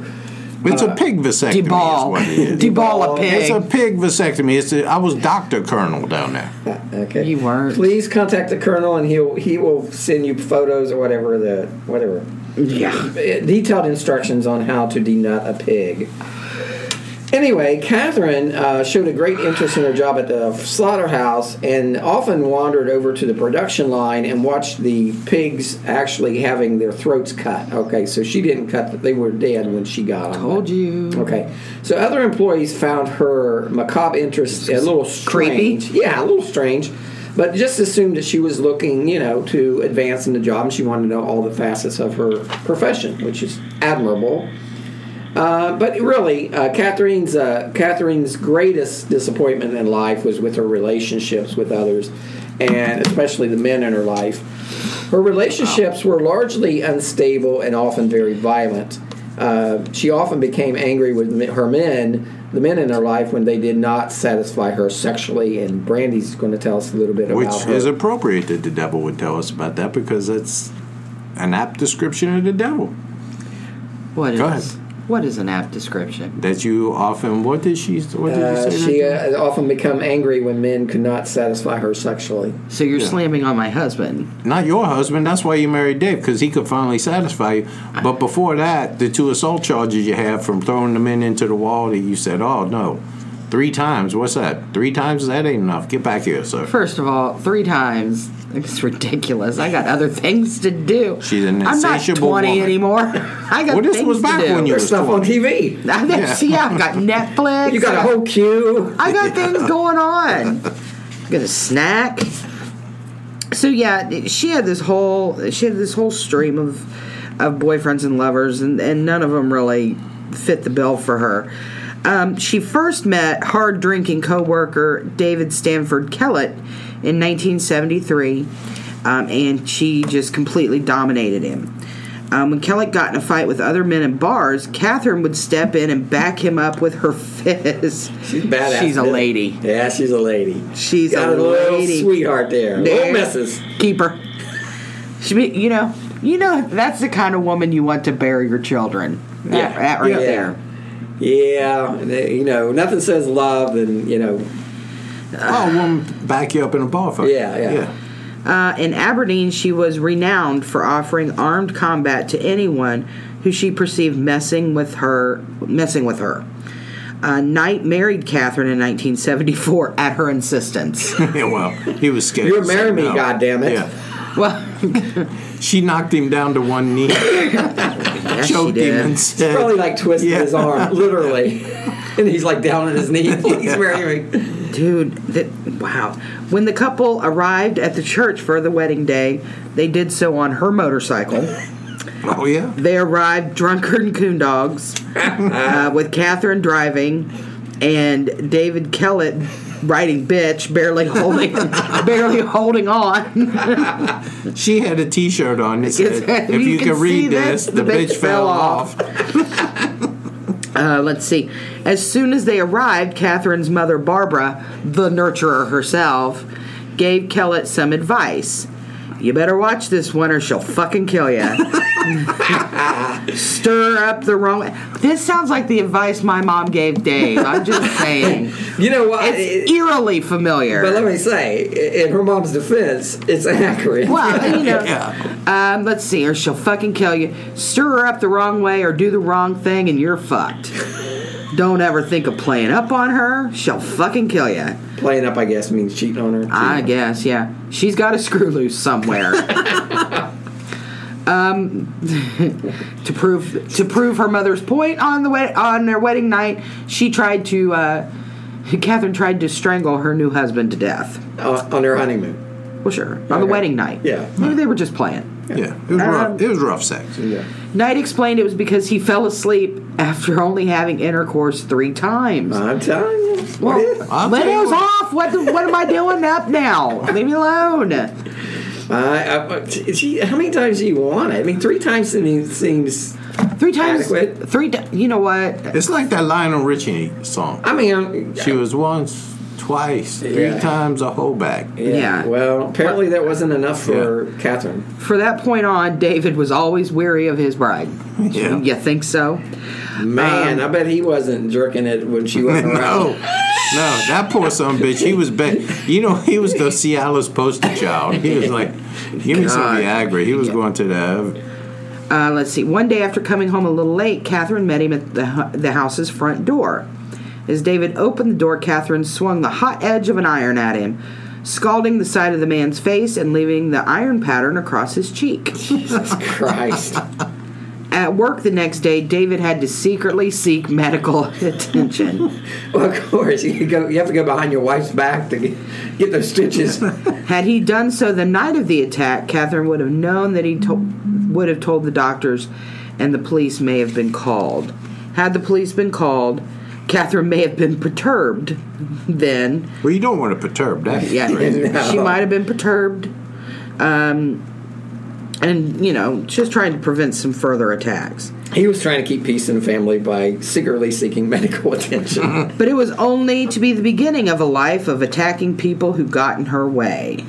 [SPEAKER 3] It's a pig vasectomy. Is
[SPEAKER 2] Deball.
[SPEAKER 3] what it is.
[SPEAKER 2] Deball a
[SPEAKER 3] It's a
[SPEAKER 2] pig.
[SPEAKER 3] pig vasectomy. It's a, I was Doctor Colonel down there.
[SPEAKER 1] okay,
[SPEAKER 2] You weren't.
[SPEAKER 1] Please contact the colonel, and he'll he will send you photos or whatever the whatever Uh,
[SPEAKER 2] yeah.
[SPEAKER 1] detailed instructions on how to denut a pig. Anyway, Catherine uh, showed a great interest in her job at the slaughterhouse and often wandered over to the production line and watched the pigs actually having their throats cut. Okay, so she didn't cut; them. they were dead when she got them.
[SPEAKER 2] Told you.
[SPEAKER 1] Okay, so other employees found her macabre interest a little
[SPEAKER 2] Creepy?
[SPEAKER 1] strange. Yeah, a little strange. But just assumed that she was looking, you know, to advance in the job, and she wanted to know all the facets of her profession, which is admirable. Uh, but really, uh, Catherine's uh, Catherine's greatest disappointment in life was with her relationships with others, and especially the men in her life. Her relationships were largely unstable and often very violent. Uh, she often became angry with me- her men, the men in her life, when they did not satisfy her sexually. And Brandy's going to tell us a little bit
[SPEAKER 3] Which
[SPEAKER 1] about her.
[SPEAKER 3] is appropriate that the devil would tell us about that because that's an apt description of the devil.
[SPEAKER 2] What is
[SPEAKER 3] Go ahead.
[SPEAKER 2] what is an apt description?
[SPEAKER 3] That you often what did she what did
[SPEAKER 1] Uh,
[SPEAKER 3] you say?
[SPEAKER 1] she
[SPEAKER 3] that-
[SPEAKER 1] uh, often become angry when men could not satisfy her sexually.
[SPEAKER 2] So you're slamming on my husband.
[SPEAKER 3] Not your husband. That's why you married Dave because he could finally satisfy you. But before that, the two assault charges you have from throwing the men into the wall that you said, "Oh no, three times. What's that? Three times? That ain't enough. Get back here, sir."
[SPEAKER 2] First of all, three times. It's ridiculous. I got other things to do.
[SPEAKER 3] She's an
[SPEAKER 2] I'm not
[SPEAKER 3] insatiable
[SPEAKER 2] 20
[SPEAKER 3] woman.
[SPEAKER 2] anymore. I got
[SPEAKER 3] Well, this
[SPEAKER 2] things
[SPEAKER 3] was
[SPEAKER 2] to
[SPEAKER 3] back
[SPEAKER 2] do.
[SPEAKER 3] when you-
[SPEAKER 1] There's stuff on TV.
[SPEAKER 2] I
[SPEAKER 3] Yeah.
[SPEAKER 2] See, I've got Netflix.
[SPEAKER 1] You got a whole queue.
[SPEAKER 2] I got things going on. I got a snack. So yeah, she had this whole she had this whole stream of of boyfriends and lovers, and, and none of them really fit the bill for her. Um, she first met hard drinking coworker David Stanford Kellett in 1973, um, and she just completely dominated him. Um, when Kellett got in a fight with other men in bars, Catherine would step in and back him up with her fists.
[SPEAKER 1] She's badass.
[SPEAKER 2] She's a
[SPEAKER 1] bitch.
[SPEAKER 2] lady.
[SPEAKER 1] Yeah, she's a lady.
[SPEAKER 2] She's
[SPEAKER 1] got
[SPEAKER 2] a
[SPEAKER 1] a, little
[SPEAKER 2] lady.
[SPEAKER 1] sweetheart there.
[SPEAKER 2] There.
[SPEAKER 1] Little missus.
[SPEAKER 2] Keep her. She, be, you know, you know that's the kind of woman you want to bury your children. That,
[SPEAKER 1] Yeah.
[SPEAKER 2] that right
[SPEAKER 1] Yeah.
[SPEAKER 2] there.
[SPEAKER 1] Yeah, they- you know, nothing says love than, you know,
[SPEAKER 3] oh, woman, back you up in a bar fight.
[SPEAKER 1] Yeah, yeah.
[SPEAKER 2] Uh, in Aberdeen, she was renowned for offering armed combat to anyone who she perceived messing with her. Messing with her. Uh, Knight married Catherine in 1974 at her insistence.
[SPEAKER 3] yeah. well, he was scared.
[SPEAKER 1] You'll
[SPEAKER 3] to say
[SPEAKER 1] marry me,
[SPEAKER 3] no.
[SPEAKER 1] goddammit.
[SPEAKER 3] Yeah.
[SPEAKER 2] well,
[SPEAKER 3] She knocked him down to one knee,
[SPEAKER 2] yes, she
[SPEAKER 3] choked him,
[SPEAKER 2] did.
[SPEAKER 3] and said,
[SPEAKER 1] probably like twisted
[SPEAKER 3] Yeah.
[SPEAKER 1] his arm, literally. and he's like down on his knee. Please marry me.
[SPEAKER 2] Dude, that, wow. When the couple arrived at the church for the wedding day, they did so on her motorcycle.
[SPEAKER 3] "Oh yeah."
[SPEAKER 2] They arrived drunker and coon dogs, uh, with Catherine driving and David Kellett riding bitch, barely holding, barely holding on.
[SPEAKER 3] She had a T-shirt on that
[SPEAKER 2] Yes,
[SPEAKER 3] said, "If you, can,
[SPEAKER 2] see
[SPEAKER 3] read
[SPEAKER 2] this,
[SPEAKER 3] this, the, bitch, fell off."
[SPEAKER 2] Uh, let's see. As soon as they arrived, Catherine's mother, Barbara, the nurturer herself, gave Kellett some advice. You better watch this one or she'll fucking kill you. Stir up the wrong. This sounds like the advice my mom gave Dave. I'm just saying.
[SPEAKER 1] You know what?
[SPEAKER 2] It's
[SPEAKER 1] It-
[SPEAKER 2] eerily familiar.
[SPEAKER 1] but let me say, i- in her mom's defense, it's accurate.
[SPEAKER 2] Well, you know.
[SPEAKER 3] Yeah.
[SPEAKER 2] Um, let's see, or she'll fucking kill you. Stir her up the wrong way or do the wrong thing and you're fucked. Don't ever think of playing up on her. She'll fucking kill you.
[SPEAKER 1] Playing up, I guess, means cheating on her.
[SPEAKER 2] I guess, yeah. She's got a screw loose somewhere. um, to prove to prove her mother's point on the wed- on their wedding night, she tried to. Uh, Catherine tried to strangle her new husband to death.
[SPEAKER 1] Uh, on her honeymoon.
[SPEAKER 2] Well, sure, on the
[SPEAKER 1] Okay.
[SPEAKER 2] wedding night.
[SPEAKER 1] Yeah.
[SPEAKER 2] maybe they were just playing.
[SPEAKER 3] Yeah, it was rough. It was rough sex.
[SPEAKER 1] Yeah.
[SPEAKER 2] Knight explained it was because he fell asleep after only having intercourse three times.
[SPEAKER 1] I'm telling you.
[SPEAKER 2] Well,
[SPEAKER 3] I'll
[SPEAKER 2] let
[SPEAKER 3] tell you
[SPEAKER 2] us
[SPEAKER 3] what.
[SPEAKER 2] off. What the, what am I doing up now? Leave me alone.
[SPEAKER 1] I, I, but she, how many times do you want it? I mean, three times seems. seems
[SPEAKER 2] Three times.
[SPEAKER 1] Adequate.
[SPEAKER 2] Three. ti- You know what?
[SPEAKER 3] It's like that Lionel Richie song.
[SPEAKER 1] I mean, I'm-
[SPEAKER 3] She was once, twice, three
[SPEAKER 1] Yeah.
[SPEAKER 3] times a hoe back.
[SPEAKER 2] Yeah.
[SPEAKER 1] Well, apparently that wasn't enough for Catherine.
[SPEAKER 2] For that point on, David was always weary of his bride.
[SPEAKER 3] Yeah.
[SPEAKER 2] You think so?
[SPEAKER 3] Um,
[SPEAKER 1] Man, I bet he wasn't jerking it when she
[SPEAKER 3] No,
[SPEAKER 1] wasn't
[SPEAKER 3] no,
[SPEAKER 1] around.
[SPEAKER 3] that poor son of a bitch. He was bad. You know, he was the Cialis poster child. He was like, give me some Viagra. He was going to the.
[SPEAKER 2] Uh, let's see. One day after coming home a little late, Catherine met him at the, hu- the house's front door. As David opened the door, Catherine swung the hot edge of an iron at him, scalding the side of the man's face and leaving the iron pattern across his cheek.
[SPEAKER 1] Jesus Christ.
[SPEAKER 2] At work the next day, David had to secretly seek medical attention.
[SPEAKER 1] Well, of course, you, go, you have to go behind your wife's back to get, get those stitches.
[SPEAKER 2] Had he done so the night of the attack, Catherine would have known that he to- would have told the doctors, and the police may have been called. Had the police been called, Catherine may have been perturbed then.
[SPEAKER 3] Well, you don't want to perturb that.
[SPEAKER 2] Yeah,
[SPEAKER 3] crazy.
[SPEAKER 2] she might have been perturbed. Um, and, you know, just trying to prevent some further attacks.
[SPEAKER 1] he was trying to keep peace in the family by secretly seeking medical attention.
[SPEAKER 2] But it was only to be the beginning of a life of attacking people who got in her way.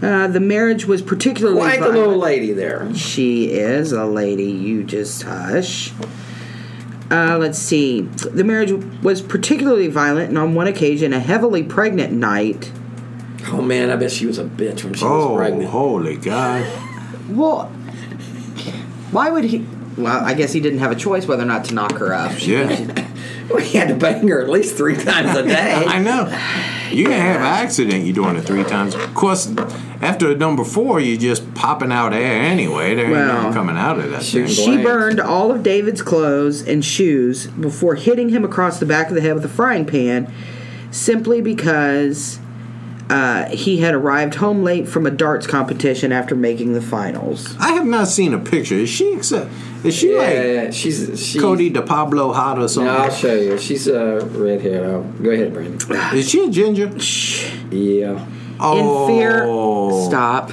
[SPEAKER 2] Uh, the marriage was particularly.
[SPEAKER 1] Quite the
[SPEAKER 2] violent.
[SPEAKER 1] little lady there.
[SPEAKER 2] She is a lady. You just hush. Uh, let's see. The marriage was particularly violent, and on one occasion, a heavily pregnant night.
[SPEAKER 1] Oh, man, I bet she was a bitch when she was
[SPEAKER 3] Oh,
[SPEAKER 1] pregnant.
[SPEAKER 3] holy God.
[SPEAKER 2] Well, why would he? Well, I guess he didn't have a choice whether or not to knock her up.
[SPEAKER 3] Yeah.
[SPEAKER 1] We had to bang her at least three times a
[SPEAKER 3] I
[SPEAKER 1] day.
[SPEAKER 3] know. You can have an accident, you're doing it three times. Of course, after number four, you're just popping out air anyway. There ain't
[SPEAKER 2] Well,
[SPEAKER 3] nothing coming out of that
[SPEAKER 1] shoot.
[SPEAKER 3] thing.
[SPEAKER 2] She burned all of David's clothes and shoes before hitting him across the back of the head with a frying pan simply because uh, he had arrived home late from a darts competition after making the finals.
[SPEAKER 3] I have not seen a picture. Is she except, Is she like
[SPEAKER 1] Yeah, she's, she's
[SPEAKER 3] Cody de Pablo hot or
[SPEAKER 1] No, I'll
[SPEAKER 3] something?
[SPEAKER 1] show you. She's uh, red hair. Oh, go ahead, Brandon.
[SPEAKER 3] Is she a ginger?
[SPEAKER 1] Yeah.
[SPEAKER 3] Oh,
[SPEAKER 2] In fear.
[SPEAKER 1] Oh.
[SPEAKER 2] Stop.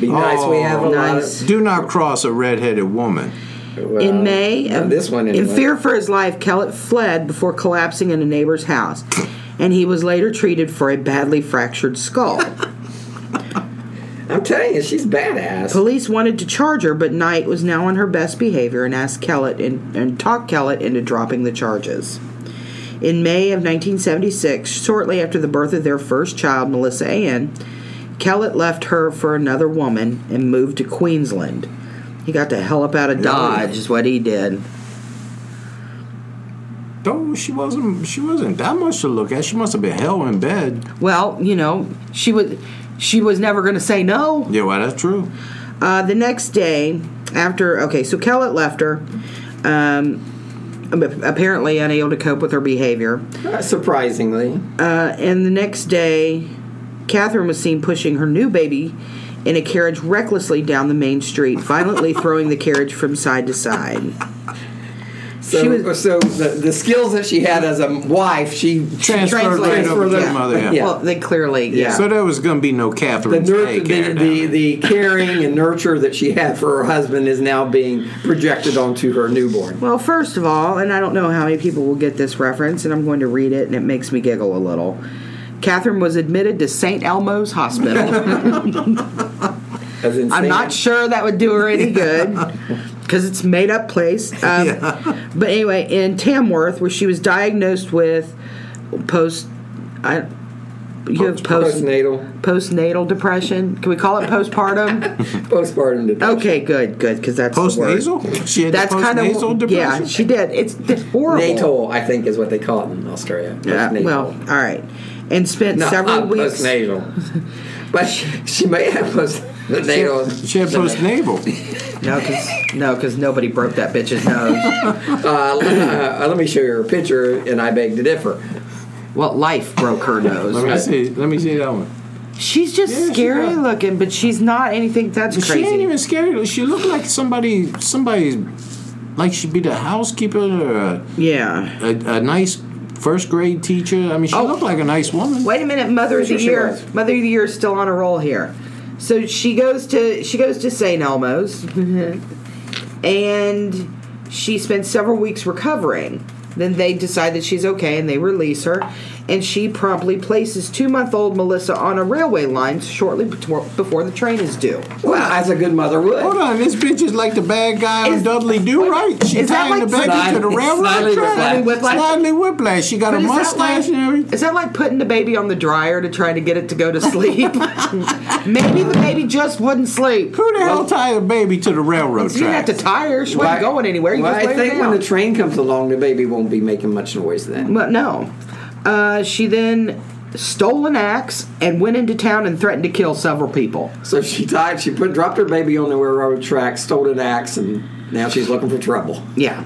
[SPEAKER 1] Be nice. we have a
[SPEAKER 2] Nice.
[SPEAKER 3] Do not cross a redheaded woman.
[SPEAKER 1] lot. Of, well,
[SPEAKER 2] In May,
[SPEAKER 1] not
[SPEAKER 2] of-
[SPEAKER 1] this one
[SPEAKER 2] in
[SPEAKER 1] anyway.
[SPEAKER 2] fear for his life, Kellett fled before collapsing in a neighbor's house, and he was later treated for a badly fractured skull.
[SPEAKER 1] I'm telling you, she's badass.
[SPEAKER 2] Police wanted to charge her, but Knight was now on her best behavior and asked Kellett in, and talked Kellett into dropping the charges. In May of 1976, shortly after the birth of their first child, Melissa Ann, Kellett left her for another woman and moved to Queensland. He got the hell up out of Dodge, is what he did.
[SPEAKER 3] Though she wasn't, she wasn't that much to look at. She must have been hell in bed.
[SPEAKER 2] Well, you know, she was she was never going to say no.
[SPEAKER 3] Yeah, well, that's true.
[SPEAKER 2] Uh, the next day, after okay, so Kellett left her, um, apparently unable to cope with her behavior.
[SPEAKER 1] Uh, surprisingly.
[SPEAKER 2] Uh, and the next day, Catherine was seen pushing her new baby in a carriage recklessly down the main street, violently throwing the carriage from side to side.
[SPEAKER 1] So,
[SPEAKER 2] she was-
[SPEAKER 1] so the, the skills that she had as a wife, she
[SPEAKER 3] Transferred right
[SPEAKER 1] translated
[SPEAKER 3] over to
[SPEAKER 1] them.
[SPEAKER 3] the mother. Yeah.
[SPEAKER 1] Yeah.
[SPEAKER 2] Well, they clearly, yeah.
[SPEAKER 3] So there was going to be no
[SPEAKER 1] The,
[SPEAKER 3] Catherine
[SPEAKER 1] nurture,
[SPEAKER 3] daycare
[SPEAKER 1] the,
[SPEAKER 3] down
[SPEAKER 1] the,
[SPEAKER 3] there.
[SPEAKER 1] the caring and nurture that she had for her husband is now being projected onto her newborn.
[SPEAKER 2] Well, first of all, and I don't know how many people will get this reference, and I'm going to read it, and it makes me giggle a little. Catherine was admitted to St. Elmo's Hospital.
[SPEAKER 1] As in
[SPEAKER 2] I'm
[SPEAKER 1] saying-
[SPEAKER 2] not sure that would do her any good because it's made up place. Um, But anyway, in Tamworth, where she was diagnosed with post, I, you have post
[SPEAKER 1] postnatal,
[SPEAKER 2] postnatal depression. Can we call it postpartum?
[SPEAKER 1] postpartum depression.
[SPEAKER 2] okay, good, good, because that's the word.
[SPEAKER 3] Postnasal? She had
[SPEAKER 2] That's
[SPEAKER 3] the
[SPEAKER 2] kind
[SPEAKER 3] postnasal
[SPEAKER 2] of
[SPEAKER 3] depression?
[SPEAKER 2] yeah. She did. It's, it's horrible.
[SPEAKER 1] Natal, I think, is what they call it in Australia.
[SPEAKER 2] Yeah,
[SPEAKER 1] Postnatal.
[SPEAKER 2] well, all right, and spent
[SPEAKER 1] No,
[SPEAKER 2] several
[SPEAKER 1] not
[SPEAKER 2] weeks.
[SPEAKER 1] postnatal. but she, she may have postnatal.
[SPEAKER 3] She had postnatal.
[SPEAKER 2] No, because no, because nobody broke that bitch's nose.
[SPEAKER 1] Uh, let, uh, let me show you her picture, and I beg to differ.
[SPEAKER 2] well, life broke her nose.
[SPEAKER 3] Let me see. Let me see that one.
[SPEAKER 2] She's just
[SPEAKER 3] Yeah, she
[SPEAKER 2] scary
[SPEAKER 3] got-
[SPEAKER 2] looking, but she's not anything that's
[SPEAKER 3] She ain't
[SPEAKER 2] crazy.
[SPEAKER 3] even scary. She looked like somebody. Somebody like she'd be the housekeeper or a,
[SPEAKER 2] yeah.
[SPEAKER 3] a, a nice first grade teacher. I mean, she looked like a nice woman.
[SPEAKER 2] Oh. Wait a minute, Mother of the
[SPEAKER 1] Sure, she
[SPEAKER 2] Year.
[SPEAKER 1] was.
[SPEAKER 2] Mother of the Year is still on a roll here. So she goes to she goes to St. Elmo's,
[SPEAKER 3] Mm-hmm.
[SPEAKER 2] and she spends several weeks recovering. Then they decide that she's okay, and they release her. and she promptly places two month old Melissa on a railway line shortly betor- before the train is due.
[SPEAKER 1] Well, as a good mother would.
[SPEAKER 3] Hold on, this bitch is like the bad guy
[SPEAKER 2] Is-
[SPEAKER 3] on Dudley Do Right. She
[SPEAKER 2] is that
[SPEAKER 3] tying
[SPEAKER 2] like
[SPEAKER 3] the baby
[SPEAKER 2] Snidely-
[SPEAKER 3] to the railroad
[SPEAKER 4] Snidely
[SPEAKER 3] track.
[SPEAKER 4] Whiplash?
[SPEAKER 2] Whiplash?
[SPEAKER 3] Snidely Whiplash. She got a
[SPEAKER 2] But is that
[SPEAKER 3] mustache
[SPEAKER 2] like-
[SPEAKER 3] and everything.
[SPEAKER 2] Is that like putting the baby on the dryer to try to get it to go to sleep? Maybe the baby just wouldn't sleep.
[SPEAKER 3] Who the hell tied a baby to the railroad
[SPEAKER 2] You didn't have
[SPEAKER 3] track?
[SPEAKER 2] to tie her. She wasn't going anywhere. You
[SPEAKER 1] Well,
[SPEAKER 2] just
[SPEAKER 1] I
[SPEAKER 2] laid her
[SPEAKER 1] think
[SPEAKER 2] down.
[SPEAKER 1] when the train comes along, the baby won't be making much noise then.
[SPEAKER 2] Well, no. Uh, she then stole an axe and went into town and threatened to kill several people.
[SPEAKER 3] Mm-hmm.
[SPEAKER 1] So she died. She put dropped her baby on the railroad track, stole an axe, and now she's looking for trouble.
[SPEAKER 2] Yeah.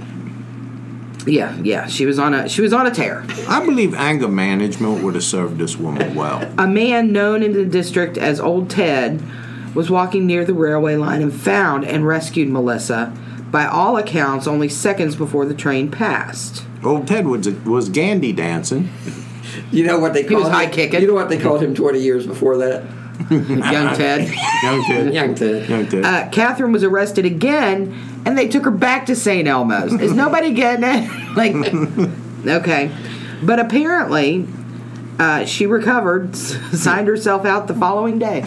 [SPEAKER 2] Yeah, yeah. She was on a she was on a tear.
[SPEAKER 3] I believe anger management would have served this woman well.
[SPEAKER 2] A man known in the district as Old Ted was walking near the railway line and found and rescued Melissa by all accounts only seconds before the train passed.
[SPEAKER 3] Old Ted was was Gandhi dancing.
[SPEAKER 1] You know what they called
[SPEAKER 2] was
[SPEAKER 1] him?
[SPEAKER 2] high-kicking.
[SPEAKER 1] You know what they called him twenty years before that?
[SPEAKER 2] Young Ted.
[SPEAKER 3] Young Ted.
[SPEAKER 1] Young Ted.
[SPEAKER 3] Young Ted.
[SPEAKER 2] Uh, Catherine was arrested again, and they took her back to St. Elmo's. Is nobody getting it? like, okay. But apparently, uh, she recovered, s- signed herself out the following day.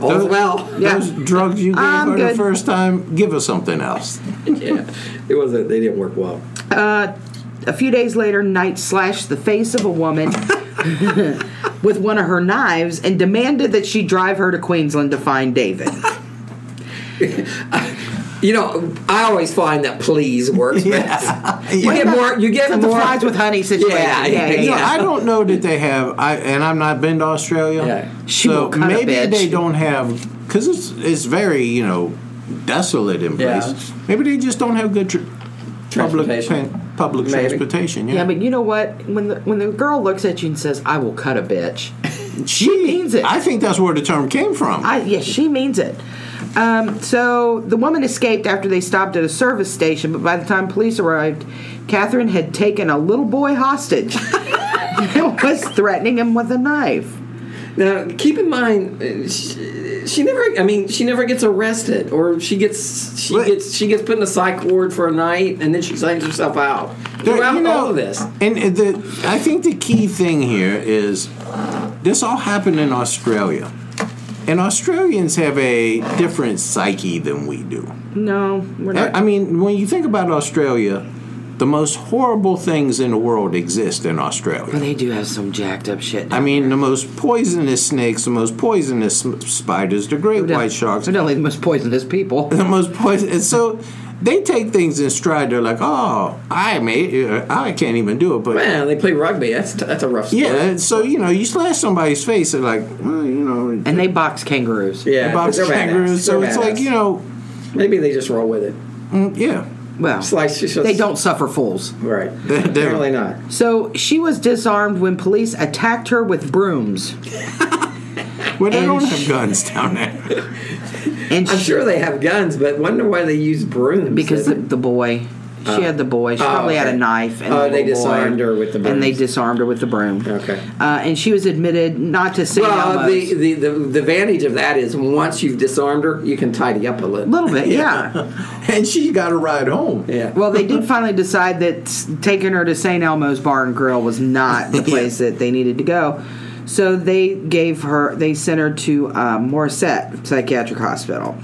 [SPEAKER 1] All's well.
[SPEAKER 2] yeah.
[SPEAKER 3] Those drugs you gave
[SPEAKER 2] I'm
[SPEAKER 3] her the
[SPEAKER 2] good.
[SPEAKER 3] first time, give her something else.
[SPEAKER 1] yeah. It wasn't. They didn't work well.
[SPEAKER 2] A few days later, Knight slashed the face of a woman with one of her knives and demanded that she drive her to Queensland to find David.
[SPEAKER 1] You know, I always find that please works best. You get more. You get
[SPEAKER 2] It's
[SPEAKER 1] more
[SPEAKER 2] the flies with honey situation.
[SPEAKER 1] Yeah, yeah,
[SPEAKER 3] You know, I don't know that they have. I and I'm not been to Australia,
[SPEAKER 1] Yeah.
[SPEAKER 2] She
[SPEAKER 3] so
[SPEAKER 2] will cut a
[SPEAKER 3] maybe
[SPEAKER 2] bitch.
[SPEAKER 3] they don't have because it's it's very you know desolate in
[SPEAKER 1] Yeah.
[SPEAKER 3] places. Maybe they just don't have good tr- public
[SPEAKER 1] Transportation.
[SPEAKER 3] tran- public
[SPEAKER 1] Maybe.
[SPEAKER 3] transportation.
[SPEAKER 2] Yeah,
[SPEAKER 3] Yeah,
[SPEAKER 2] but you know what? When the when the girl looks at you and says, "I will cut a bitch,"
[SPEAKER 3] she
[SPEAKER 2] means it.
[SPEAKER 3] I think that's where the term came from.
[SPEAKER 2] I yes, she means it. Um, so the woman escaped after they stopped at a service station, but by the time police arrived, Catherine had taken a little boy hostage and was threatening him with a knife.
[SPEAKER 1] Now, keep in mind, uh, she, she never. I mean, she never gets arrested, or she gets she
[SPEAKER 3] Right.
[SPEAKER 1] gets she gets put in a psych ward for a night, and then she signs herself out.
[SPEAKER 3] There-
[SPEAKER 1] Throughout
[SPEAKER 3] you know,
[SPEAKER 1] all of this,
[SPEAKER 3] And uh, the, I think the key thing here is this all happened in Australia. And Australians have a different psyche than we do.
[SPEAKER 2] No, we're not.
[SPEAKER 3] I I mean, when you think about Australia, the most horrible things in the world exist in Australia.
[SPEAKER 4] They do have some jacked up shit.
[SPEAKER 3] I mean, the most poisonous snakes, the most poisonous sm- spiders, the great white sharks,
[SPEAKER 2] They're definitely the most poisonous people.
[SPEAKER 3] the most poison. And so they take things in stride. They're like, "Oh, I may, uh, I can't even do it." But
[SPEAKER 1] man, they play rugby. That's that's a rough. Sport.
[SPEAKER 3] Yeah, and so you know, you slash somebody's face, and like, well, you know,
[SPEAKER 2] And they box kangaroos.
[SPEAKER 1] yeah.
[SPEAKER 3] box
[SPEAKER 1] they're badass.
[SPEAKER 3] kangaroos. So
[SPEAKER 1] They're
[SPEAKER 3] it's
[SPEAKER 1] badass.
[SPEAKER 3] like you know,
[SPEAKER 1] maybe they just roll with it.
[SPEAKER 3] mm, yeah,
[SPEAKER 2] Well,
[SPEAKER 1] It's like she's just,
[SPEAKER 2] they don't suffer fools.
[SPEAKER 1] Right?
[SPEAKER 3] don't.
[SPEAKER 1] Apparently not.
[SPEAKER 2] So she was disarmed when police attacked her with brooms.
[SPEAKER 3] well, they
[SPEAKER 2] And
[SPEAKER 3] don't
[SPEAKER 2] sh-
[SPEAKER 3] have guns down there.
[SPEAKER 2] And
[SPEAKER 1] I'm
[SPEAKER 2] she-
[SPEAKER 1] sure they have guns, but wonder why they use brooms.
[SPEAKER 2] because the, the boy she had the boy she
[SPEAKER 1] Oh,
[SPEAKER 2] probably had
[SPEAKER 1] okay.
[SPEAKER 2] a knife and
[SPEAKER 1] Oh,
[SPEAKER 2] the
[SPEAKER 1] they
[SPEAKER 2] little boy,
[SPEAKER 1] disarmed her with the
[SPEAKER 2] and they
[SPEAKER 1] brooms.
[SPEAKER 2] disarmed her with the broom
[SPEAKER 1] Okay.
[SPEAKER 2] uh, and she was admitted not to say
[SPEAKER 1] well,
[SPEAKER 2] well,
[SPEAKER 1] the, the, the, the advantage of that is once you've disarmed her, you can tidy up a
[SPEAKER 2] a
[SPEAKER 1] little.
[SPEAKER 2] little bit yeah.
[SPEAKER 3] and she got a ride home.
[SPEAKER 1] Yeah.
[SPEAKER 2] well they did finally decide that s- taking her to st elmo's bar and grill was not the place that they needed to go so they gave her they sent her to uh, morissette psychiatric hospital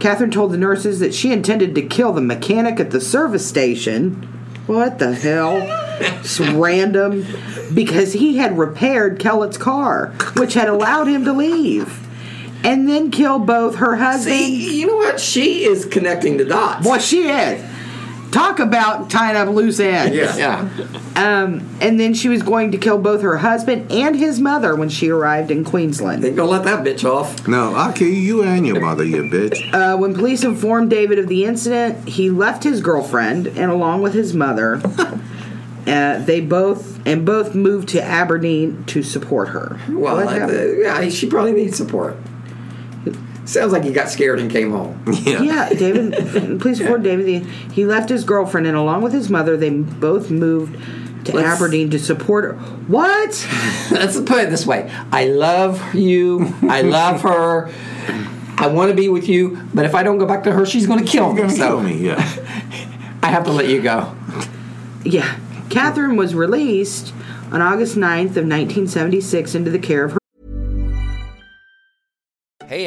[SPEAKER 2] catherine told the nurses that she intended to kill the mechanic at the service station what the hell It's random because he had repaired Kellett's car, which had allowed him to leave, and then kill both her husband.
[SPEAKER 1] See, you know what? She is connecting the dots.
[SPEAKER 2] Boy, she is. Talk about tying up loose ends.
[SPEAKER 3] yeah.
[SPEAKER 2] Um, and then she was going to kill both her husband and his mother when she arrived in Queensland.
[SPEAKER 1] They gonna let that bitch off.
[SPEAKER 3] No, I'll kill you and your mother, you bitch.
[SPEAKER 2] Uh, when police informed David of the incident, he left his girlfriend and along with his mother. Uh, they both and both moved to Aberdeen to support her.
[SPEAKER 1] Well,
[SPEAKER 2] What
[SPEAKER 1] like,
[SPEAKER 2] happened?
[SPEAKER 1] uh, yeah, she probably needs support. Sounds like he got scared and came home.
[SPEAKER 2] yeah, David. Please afford David. He, he left his girlfriend, and along with his mother, they both moved to
[SPEAKER 1] Let's-
[SPEAKER 2] Aberdeen to support her. What?
[SPEAKER 1] Let's put it this way: I love you. I love her. I want to be with you, but if I don't go back to her, she's going to kill
[SPEAKER 3] You're
[SPEAKER 1] me.
[SPEAKER 3] gonna
[SPEAKER 1] So
[SPEAKER 3] kill me. Yeah.
[SPEAKER 1] I have to let you go.
[SPEAKER 2] Yeah. Catherine was released on August 9th of 1976 into the care of her.
[SPEAKER 5] Hey,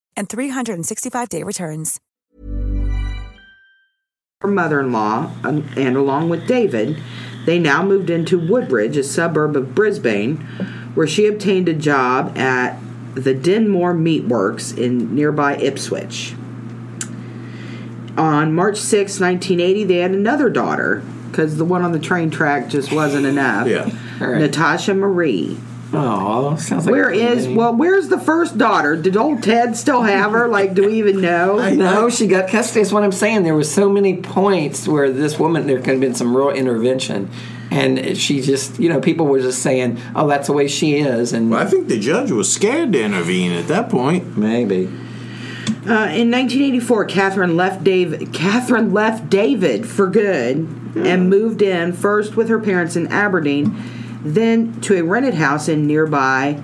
[SPEAKER 6] and 365-day returns.
[SPEAKER 2] her mother-in-law um, and along with David, they now moved into Woodbridge, a suburb of Brisbane, where she obtained a job at the Denmore Meatworks in nearby Ipswich. On March 6, 1980, they had another daughter because the one on the train track just wasn't enough.
[SPEAKER 3] Yeah.
[SPEAKER 1] All right.
[SPEAKER 2] Natasha Marie.
[SPEAKER 1] Oh, sounds like
[SPEAKER 2] Where is well? Where's the first daughter? Did old Ted still have her? Like, do we even know?
[SPEAKER 1] No, she got custody. That's what I'm saying. There was so many points where this woman, there could have been some real intervention, and she just, you know, people were just saying, "Oh, that's the way she is," and
[SPEAKER 3] Well, I think the judge was scared to intervene at that point.
[SPEAKER 1] maybe.
[SPEAKER 2] Uh, in 1984, Catherine left David. Catherine left David for good and moved in first with her parents in Aberdeen, then to a rented house in nearby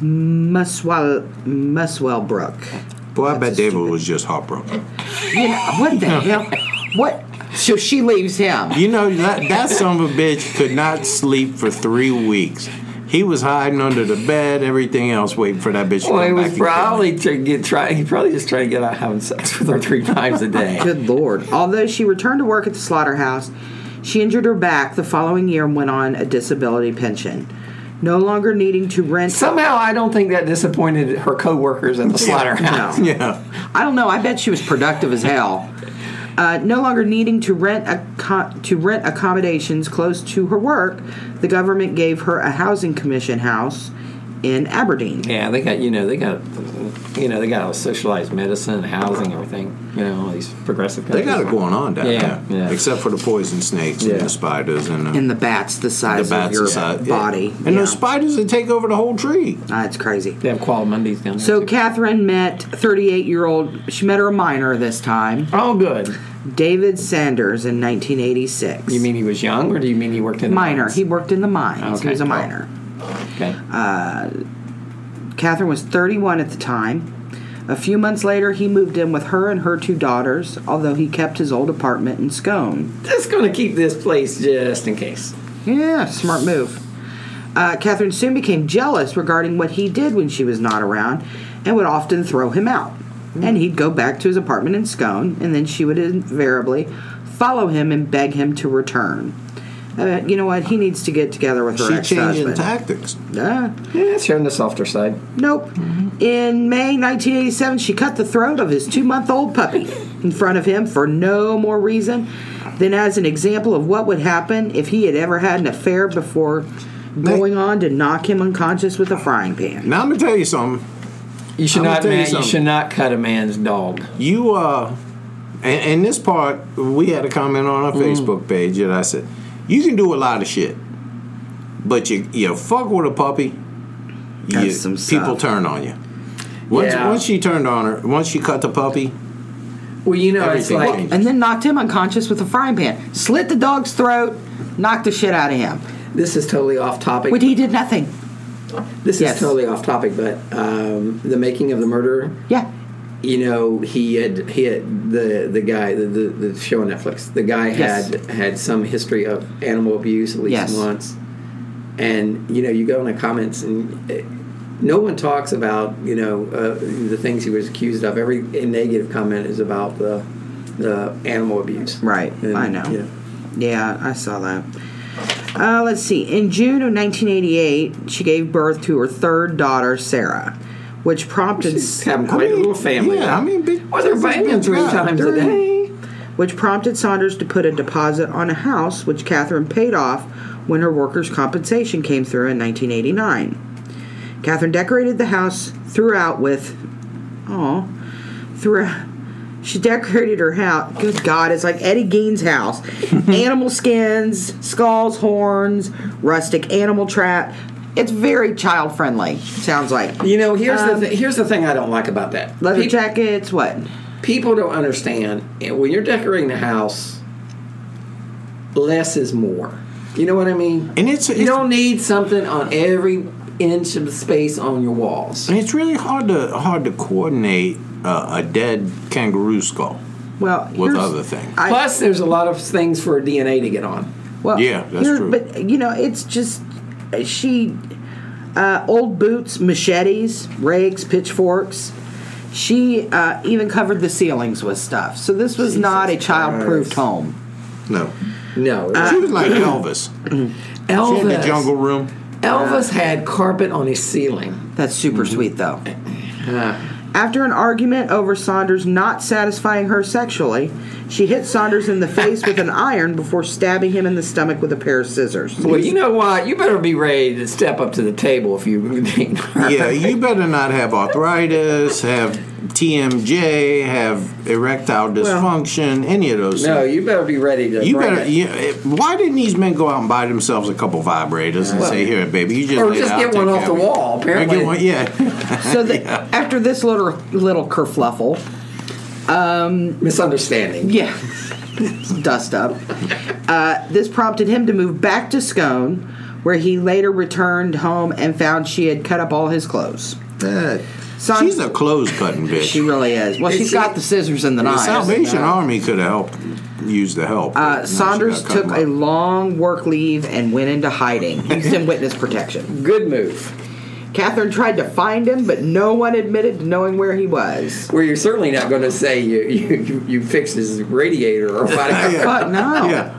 [SPEAKER 2] Muswell Muswellbrook.
[SPEAKER 3] Boy, I bet David was just heartbroken.
[SPEAKER 2] You know, what the hell? What? So she leaves him.
[SPEAKER 3] You know, that, that son of a bitch could not sleep for three weeks. He was hiding under the bed, everything else, waiting for that bitch to
[SPEAKER 1] Well, he
[SPEAKER 3] come back
[SPEAKER 1] was
[SPEAKER 3] and kill him.
[SPEAKER 1] probably to get try. He probably just trying to get out having sex with her three times a day.
[SPEAKER 2] Good lord. Although she returned to work at the slaughterhouse, she injured her back the following year and went on a disability pension. No longer needing to rent.
[SPEAKER 1] Somehow, I don't think that disappointed her coworkers at the slaughterhouse.
[SPEAKER 2] No.
[SPEAKER 3] Yeah.
[SPEAKER 2] I don't know. I bet she was productive as hell. Uh, no longer needing to rent acco- to rent accommodations close to her work, the government gave her a housing commission house in Aberdeen.
[SPEAKER 1] Yeah, they got you know they got you know they got all socialized medicine, housing, everything. You know all these progressive.
[SPEAKER 3] They
[SPEAKER 1] Countries.
[SPEAKER 3] got it going on down
[SPEAKER 1] Yeah,
[SPEAKER 3] there.
[SPEAKER 1] yeah.
[SPEAKER 3] Except for the poison snakes and
[SPEAKER 1] Yeah.
[SPEAKER 3] the spiders and the,
[SPEAKER 2] And the bats the size
[SPEAKER 3] the
[SPEAKER 2] of your
[SPEAKER 3] bats inside.
[SPEAKER 2] body.
[SPEAKER 3] And
[SPEAKER 2] Yeah.
[SPEAKER 3] those spiders that take over the whole tree.
[SPEAKER 2] Ah, it's crazy.
[SPEAKER 1] They have qual Mondays down there.
[SPEAKER 2] So
[SPEAKER 1] too.
[SPEAKER 2] Catherine met 38 year old. She met her minor this time,
[SPEAKER 1] all good.
[SPEAKER 2] David Sanders, in 1986.
[SPEAKER 1] You mean he was young, or do you mean he worked in the
[SPEAKER 2] minor?
[SPEAKER 1] mines?
[SPEAKER 2] He worked in the mines.
[SPEAKER 1] Okay,
[SPEAKER 2] he was a
[SPEAKER 1] cool.
[SPEAKER 2] miner.
[SPEAKER 1] okay.
[SPEAKER 2] Catherine was 31 at the time. A few months later, he moved in with her and her two daughters, although he kept his old apartment in Scone.
[SPEAKER 1] Just going to keep this place just in case.
[SPEAKER 2] Yeah, smart move. Uh, Catherine soon became jealous regarding what he did when she was not around and would often throw him out. And he'd go back to his apartment in Scone, and then she would invariably follow him and beg him to return. Uh, you know what? He needs to get together with her
[SPEAKER 3] She changing
[SPEAKER 2] ex-husband.
[SPEAKER 3] tactics.
[SPEAKER 2] Ah.
[SPEAKER 1] Yeah, showing the softer side.
[SPEAKER 2] Nope. In May 1987, she cut the throat of his two month old puppy in front of him for no more reason than as an example of what would happen if he had ever had an affair before going on to knock him unconscious with a frying pan.
[SPEAKER 3] Now I'm gonna tell you something.
[SPEAKER 1] You should
[SPEAKER 3] I'm gonna
[SPEAKER 1] not
[SPEAKER 3] tell you
[SPEAKER 1] man, you,
[SPEAKER 3] something.
[SPEAKER 1] should not cut a man's dog.
[SPEAKER 3] You uh, and, and this part we had a comment on our
[SPEAKER 4] Mm.
[SPEAKER 3] Facebook page that I said, you can do a lot of shit, but you you fuck with a puppy, you,
[SPEAKER 4] That's some stuff.
[SPEAKER 3] people turn on you. Once
[SPEAKER 1] Yeah.
[SPEAKER 3] once she turned on her, once she cut the puppy,
[SPEAKER 1] Well, you know,
[SPEAKER 3] everything
[SPEAKER 1] it's like
[SPEAKER 3] changed.
[SPEAKER 2] And then knocked him unconscious with a frying pan, slit the dog's throat, knocked the shit out of him.
[SPEAKER 1] this is totally off topic.
[SPEAKER 2] But he did nothing.
[SPEAKER 1] this
[SPEAKER 2] Yes.
[SPEAKER 1] is totally off topic, but um, the making of the murder.
[SPEAKER 2] Yeah.
[SPEAKER 1] You know, he had he had the the guy the, the, the show on Netflix. The guy
[SPEAKER 2] Yes.
[SPEAKER 1] had had some history of animal abuse at least
[SPEAKER 2] Yes.
[SPEAKER 1] once. and you know you go in the comments and uh, no one talks about you know uh, the things he was accused of every negative comment is about the the animal abuse
[SPEAKER 2] Right,
[SPEAKER 1] And,
[SPEAKER 2] I know.
[SPEAKER 1] yeah.
[SPEAKER 2] Yeah, I saw that. Uh, let's see. In June of 1988, she gave birth to her third daughter, Sarah, which prompted
[SPEAKER 4] Having quite a little family.
[SPEAKER 3] yeah, I mean, big-
[SPEAKER 4] well, they're banging three
[SPEAKER 3] God,
[SPEAKER 4] times a day.
[SPEAKER 2] which prompted Saunders to put a deposit on a house, which Catherine paid off when her workers' compensation came through in 1989. Catherine decorated the house throughout with, oh, throughout. She decorated her house. Good God, it's like Eddie Gein's house. animal skins, skulls, horns, rustic animal trap. It's very child friendly. Sounds like
[SPEAKER 4] You know, here's the th- here's the thing I don't like about that.
[SPEAKER 2] Um, leather
[SPEAKER 4] Pe-
[SPEAKER 2] jackets. What?
[SPEAKER 4] people don't understand and when you're decorating the house, less is more. You know what I mean?
[SPEAKER 3] And it's-
[SPEAKER 4] you
[SPEAKER 3] it's-
[SPEAKER 4] don't need something on every inch of the space on your walls.
[SPEAKER 3] And it's really hard to hard to coordinate uh, a dead kangaroo skull
[SPEAKER 2] Well,
[SPEAKER 3] with
[SPEAKER 2] here's-
[SPEAKER 3] other things.
[SPEAKER 2] I-
[SPEAKER 4] Plus, there's a lot of things for DNA to get on.
[SPEAKER 2] Well,
[SPEAKER 3] Yeah, that's
[SPEAKER 2] here-
[SPEAKER 3] true.
[SPEAKER 2] But you know, it's just she uh, old boots, machetes, rakes, pitchforks. She uh, even covered the ceilings with stuff. So this was not a child-proofed
[SPEAKER 4] Christ.
[SPEAKER 2] home.
[SPEAKER 3] No,
[SPEAKER 4] No,
[SPEAKER 3] she was like Elvis. She had
[SPEAKER 4] Uh, Elvis.
[SPEAKER 3] the jungle room.
[SPEAKER 4] Elvis had carpet on his ceiling.
[SPEAKER 2] That's super
[SPEAKER 3] Mm-hmm.
[SPEAKER 2] sweet, though. After an argument over Saunders not satisfying her sexually, she hit Saunders in the face with an iron before stabbing him in the stomach with a pair of scissors.
[SPEAKER 4] Well, you know what? You better be ready to step up to the table if you think.
[SPEAKER 3] Yeah, you better not have arthritis, have TMJ, have erectile dysfunction, any of those.
[SPEAKER 4] No,
[SPEAKER 3] things.
[SPEAKER 4] you better be ready to.
[SPEAKER 3] You
[SPEAKER 4] bring
[SPEAKER 3] better.
[SPEAKER 4] it.
[SPEAKER 3] You, eh, why didn't these men go out and buy themselves a couple vibrators and say, "Here, baby, you just
[SPEAKER 4] Or
[SPEAKER 3] lay
[SPEAKER 4] just
[SPEAKER 3] down,
[SPEAKER 4] get
[SPEAKER 3] take
[SPEAKER 4] one off
[SPEAKER 3] care
[SPEAKER 4] the
[SPEAKER 3] of it."
[SPEAKER 4] wall,
[SPEAKER 3] Or get
[SPEAKER 4] apparently.
[SPEAKER 3] one- yeah,
[SPEAKER 2] So the, after this little little kerfluffle,
[SPEAKER 4] misunderstanding.
[SPEAKER 2] Yeah. Dust up. Uh, this prompted him to move back to Scone, where he later returned home and found she had cut up all his clothes. Son-
[SPEAKER 3] she's a clothes cutting bitch.
[SPEAKER 2] She really is. Well, she's
[SPEAKER 4] she-
[SPEAKER 2] got the scissors and the
[SPEAKER 3] the
[SPEAKER 2] knives.
[SPEAKER 3] Salvation Army could have helped use the help. but
[SPEAKER 2] Uh,
[SPEAKER 3] no, she
[SPEAKER 2] Saunders
[SPEAKER 3] got cut
[SPEAKER 2] took
[SPEAKER 3] up.
[SPEAKER 2] a long work leave and went into hiding. He's in witness protection.
[SPEAKER 4] Good move.
[SPEAKER 2] Catherine tried to find him, but no one admitted to knowing where he was.
[SPEAKER 4] Where you're certainly not going to say you you, you, you fixed his radiator or whatever.
[SPEAKER 2] But no.
[SPEAKER 3] Yeah.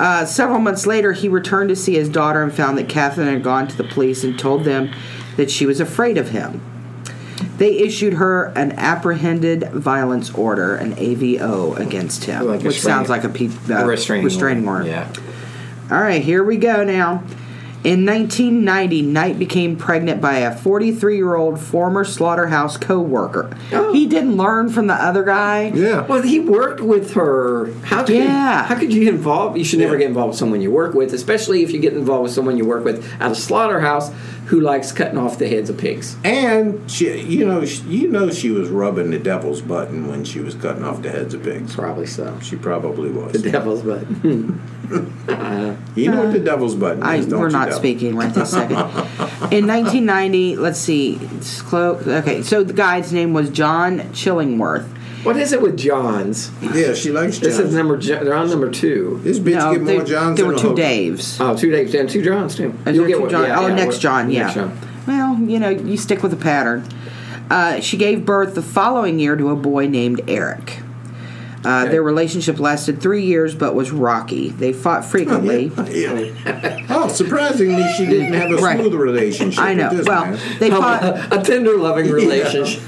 [SPEAKER 2] Uh, several months later, he returned to see his daughter and found that Catherine had gone to the police and told them that she was afraid of him. They issued her an apprehended violence order, an AVO, against him,
[SPEAKER 4] Like a
[SPEAKER 2] which sounds
[SPEAKER 4] restraining-
[SPEAKER 2] like a, P, uh,
[SPEAKER 4] A restraining
[SPEAKER 2] order.
[SPEAKER 4] order, yeah.
[SPEAKER 2] All right, here we go now. In 1990, Knight became pregnant by a 43 year old former slaughterhouse co worker. He didn't learn from the other guy.
[SPEAKER 3] Oh. Yeah.
[SPEAKER 4] Well, he worked with her. How could
[SPEAKER 2] Yeah.
[SPEAKER 4] You, how could you get involved? You should never get involved with someone you work with, especially if you get involved with someone you work with at a slaughterhouse who likes cutting off the heads of pigs.
[SPEAKER 3] And she, you know, she, you know, she was rubbing the devil's button when she was cutting off the heads of pigs.
[SPEAKER 4] Probably so.
[SPEAKER 3] She probably was.
[SPEAKER 4] The devil's butt.
[SPEAKER 3] you know what the devil's button
[SPEAKER 2] Uh, I,
[SPEAKER 3] is, don't
[SPEAKER 2] we're
[SPEAKER 3] you,
[SPEAKER 2] not
[SPEAKER 3] devil?
[SPEAKER 2] speaking right this second. In 1990, let's see. it's clo- Okay, so the guy's name was John Chillingworth.
[SPEAKER 4] what is it with Johns?
[SPEAKER 3] Yeah, she likes
[SPEAKER 4] This is
[SPEAKER 3] Johns.
[SPEAKER 4] number. Jo- They're on number two.
[SPEAKER 3] This bitch
[SPEAKER 2] No,
[SPEAKER 3] get
[SPEAKER 2] they-
[SPEAKER 3] more Johns
[SPEAKER 2] there were
[SPEAKER 3] than a
[SPEAKER 2] two
[SPEAKER 3] hooker.
[SPEAKER 2] Daves.
[SPEAKER 4] Oh, two Daves and two Johns too.
[SPEAKER 2] Is there two John- oh, next John, yeah.
[SPEAKER 4] Next John.
[SPEAKER 2] Well, you know, you stick with the pattern. Uh, she gave birth the following year to a boy named Eric. Uh, Their relationship lasted three years, but was rocky. They
[SPEAKER 3] Oh,
[SPEAKER 2] fought frequently.
[SPEAKER 3] Yeah. Oh, surprisingly, she didn't have a
[SPEAKER 2] Right.
[SPEAKER 3] smooth relationship.
[SPEAKER 2] I know.
[SPEAKER 3] With this
[SPEAKER 2] Well,
[SPEAKER 3] man.
[SPEAKER 2] they fought.
[SPEAKER 4] a tender, loving relationship.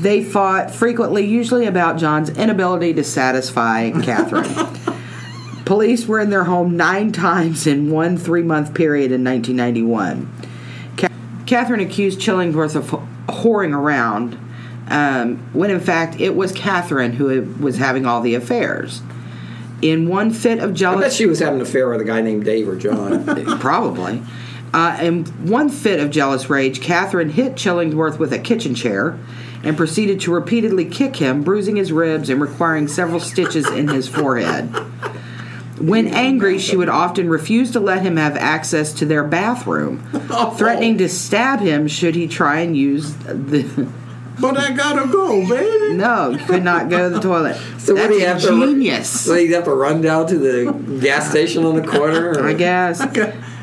[SPEAKER 2] They fought frequently, usually about John's inability to satisfy Catherine. Police were in their home nine times in one three month period in 1991. Ca- Catherine accused Chillingworth of whoring around, um, when in fact it was Catherine who was having all the affairs. In one fit of
[SPEAKER 4] I bet
[SPEAKER 2] jealousy,
[SPEAKER 4] she was having an affair with a guy named Dave or John.
[SPEAKER 2] Probably. Uh, in one fit of jealous rage, Catherine hit Chillingworth with a kitchen chair and proceeded to repeatedly kick him, bruising his ribs and requiring several stitches in his forehead. When angry, she would often refuse to let him have access to their bathroom, threatening to stab him should he try and use the.
[SPEAKER 3] but I gotta go, baby.
[SPEAKER 2] No, could not go to the toilet.
[SPEAKER 4] So what
[SPEAKER 2] That's
[SPEAKER 4] do you have to-
[SPEAKER 2] genius.
[SPEAKER 4] so you have to run down to the gas station on the corner. Or,
[SPEAKER 2] I guess.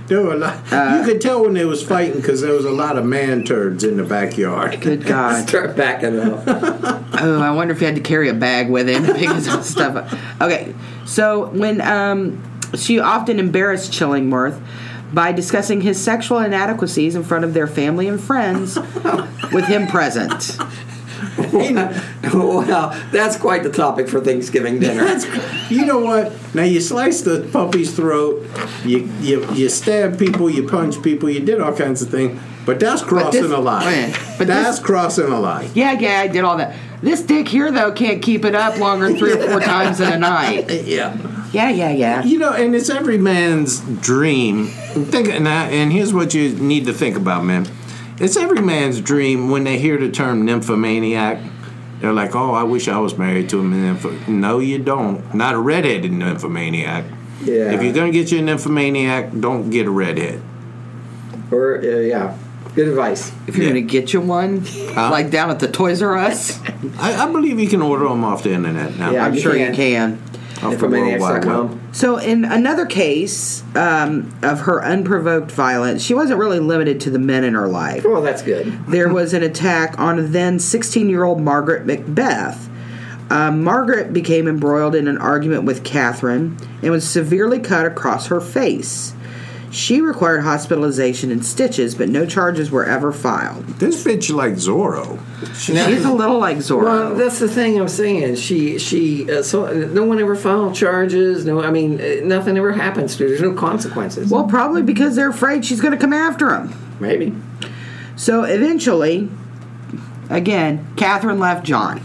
[SPEAKER 3] There were a lot.
[SPEAKER 2] Uh,
[SPEAKER 3] you could tell when they was fighting because there was a lot of man turds in the backyard.
[SPEAKER 2] Good God.
[SPEAKER 4] Start backing up.
[SPEAKER 2] Oh, I wonder if he had to carry a bag with him to pick his own stuff up. Okay, so when um, She often embarrassed Chillingworth by discussing his sexual inadequacies in front of their family and friends with him present.
[SPEAKER 4] well, that's quite the topic for Thanksgiving dinner.
[SPEAKER 3] You know what? Now you slice the puppy's throat, you you, you stab people, you punch people, you did all kinds of things, but that's crossing
[SPEAKER 2] this-
[SPEAKER 3] a line.
[SPEAKER 2] wait, but
[SPEAKER 3] that's
[SPEAKER 2] this-
[SPEAKER 3] crossing a line.
[SPEAKER 2] Yeah, yeah, I did all that. This dick here though can't keep it up longer than three or four times in a night.
[SPEAKER 3] Yeah.
[SPEAKER 2] Yeah, yeah, yeah.
[SPEAKER 3] You know, and it's every man's dream. Think and, I, and here's what you need to think about, man. It's every man's dream when they hear the term nymphomaniac. They're like, "Oh, I wish I was married to a nymph." No, you don't. Not a redheaded nymphomaniac.
[SPEAKER 4] Yeah.
[SPEAKER 3] If you're gonna get you a nymphomaniac, don't get a redhead.
[SPEAKER 4] or uh, yeah, good advice.
[SPEAKER 2] If you're gonna get you one, like down at the Toys R Us,
[SPEAKER 3] I, I believe you can order them off the internet now.
[SPEAKER 4] Yeah,
[SPEAKER 2] I'm
[SPEAKER 4] you
[SPEAKER 2] sure you
[SPEAKER 4] can.
[SPEAKER 2] can.
[SPEAKER 3] Off the World Wide Web.
[SPEAKER 4] Infomaniacs.com.
[SPEAKER 2] So, in another case um, of her unprovoked violence, she wasn't really limited to the men in her life.
[SPEAKER 4] Well, that's good.
[SPEAKER 2] There was an attack on then 16 year old Margaret Macbeth. Uh, Margaret became embroiled in an argument with Catherine and was severely cut across her face. She required hospitalization and stitches, but no charges were ever filed.
[SPEAKER 3] This bitch like Zorro.
[SPEAKER 2] She's a little like Zorro.
[SPEAKER 4] Well, that's the thing I'm saying. She she uh, so no one ever filed charges. No, I mean uh, nothing ever happens to her. There's no consequences.
[SPEAKER 2] well, probably because they're afraid she's going to come after him.
[SPEAKER 4] maybe.
[SPEAKER 2] So eventually, again, Catherine left John.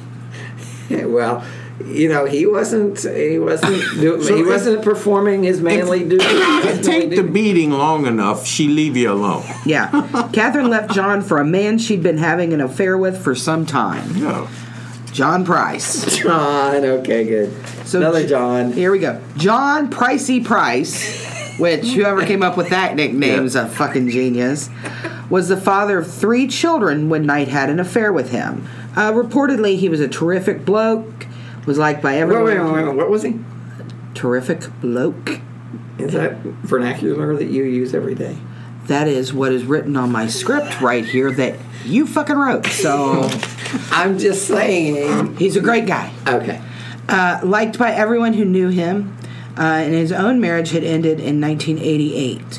[SPEAKER 4] Yeah, well, you know he wasn't he wasn't do,
[SPEAKER 3] So
[SPEAKER 4] he
[SPEAKER 3] if-
[SPEAKER 4] wasn't performing his manly duty.
[SPEAKER 3] If take the beating long enough, she leave you alone.
[SPEAKER 2] Yeah. Catherine left John for a man she'd been having an affair with for some time
[SPEAKER 3] Yeah.
[SPEAKER 2] John Price.
[SPEAKER 4] John. Okay, good. Another John.
[SPEAKER 2] Here we go. John Pricey Price, which whoever came up with that nickname is a fucking genius, was the father of three children when Knight had an affair with him. Uh, reportedly, he was a terrific bloke, was liked by
[SPEAKER 4] Wait,
[SPEAKER 2] everyone.
[SPEAKER 4] wait, wait, wait, What was he?
[SPEAKER 2] Terrific bloke.
[SPEAKER 4] Is that vernacular that you use every day?
[SPEAKER 2] That is what is written on my script right here that you fucking wrote. So
[SPEAKER 4] I'm just saying.
[SPEAKER 2] he's a great guy.
[SPEAKER 4] Okay.
[SPEAKER 2] Uh, liked by everyone who knew him, uh, and his own marriage had ended in 1988.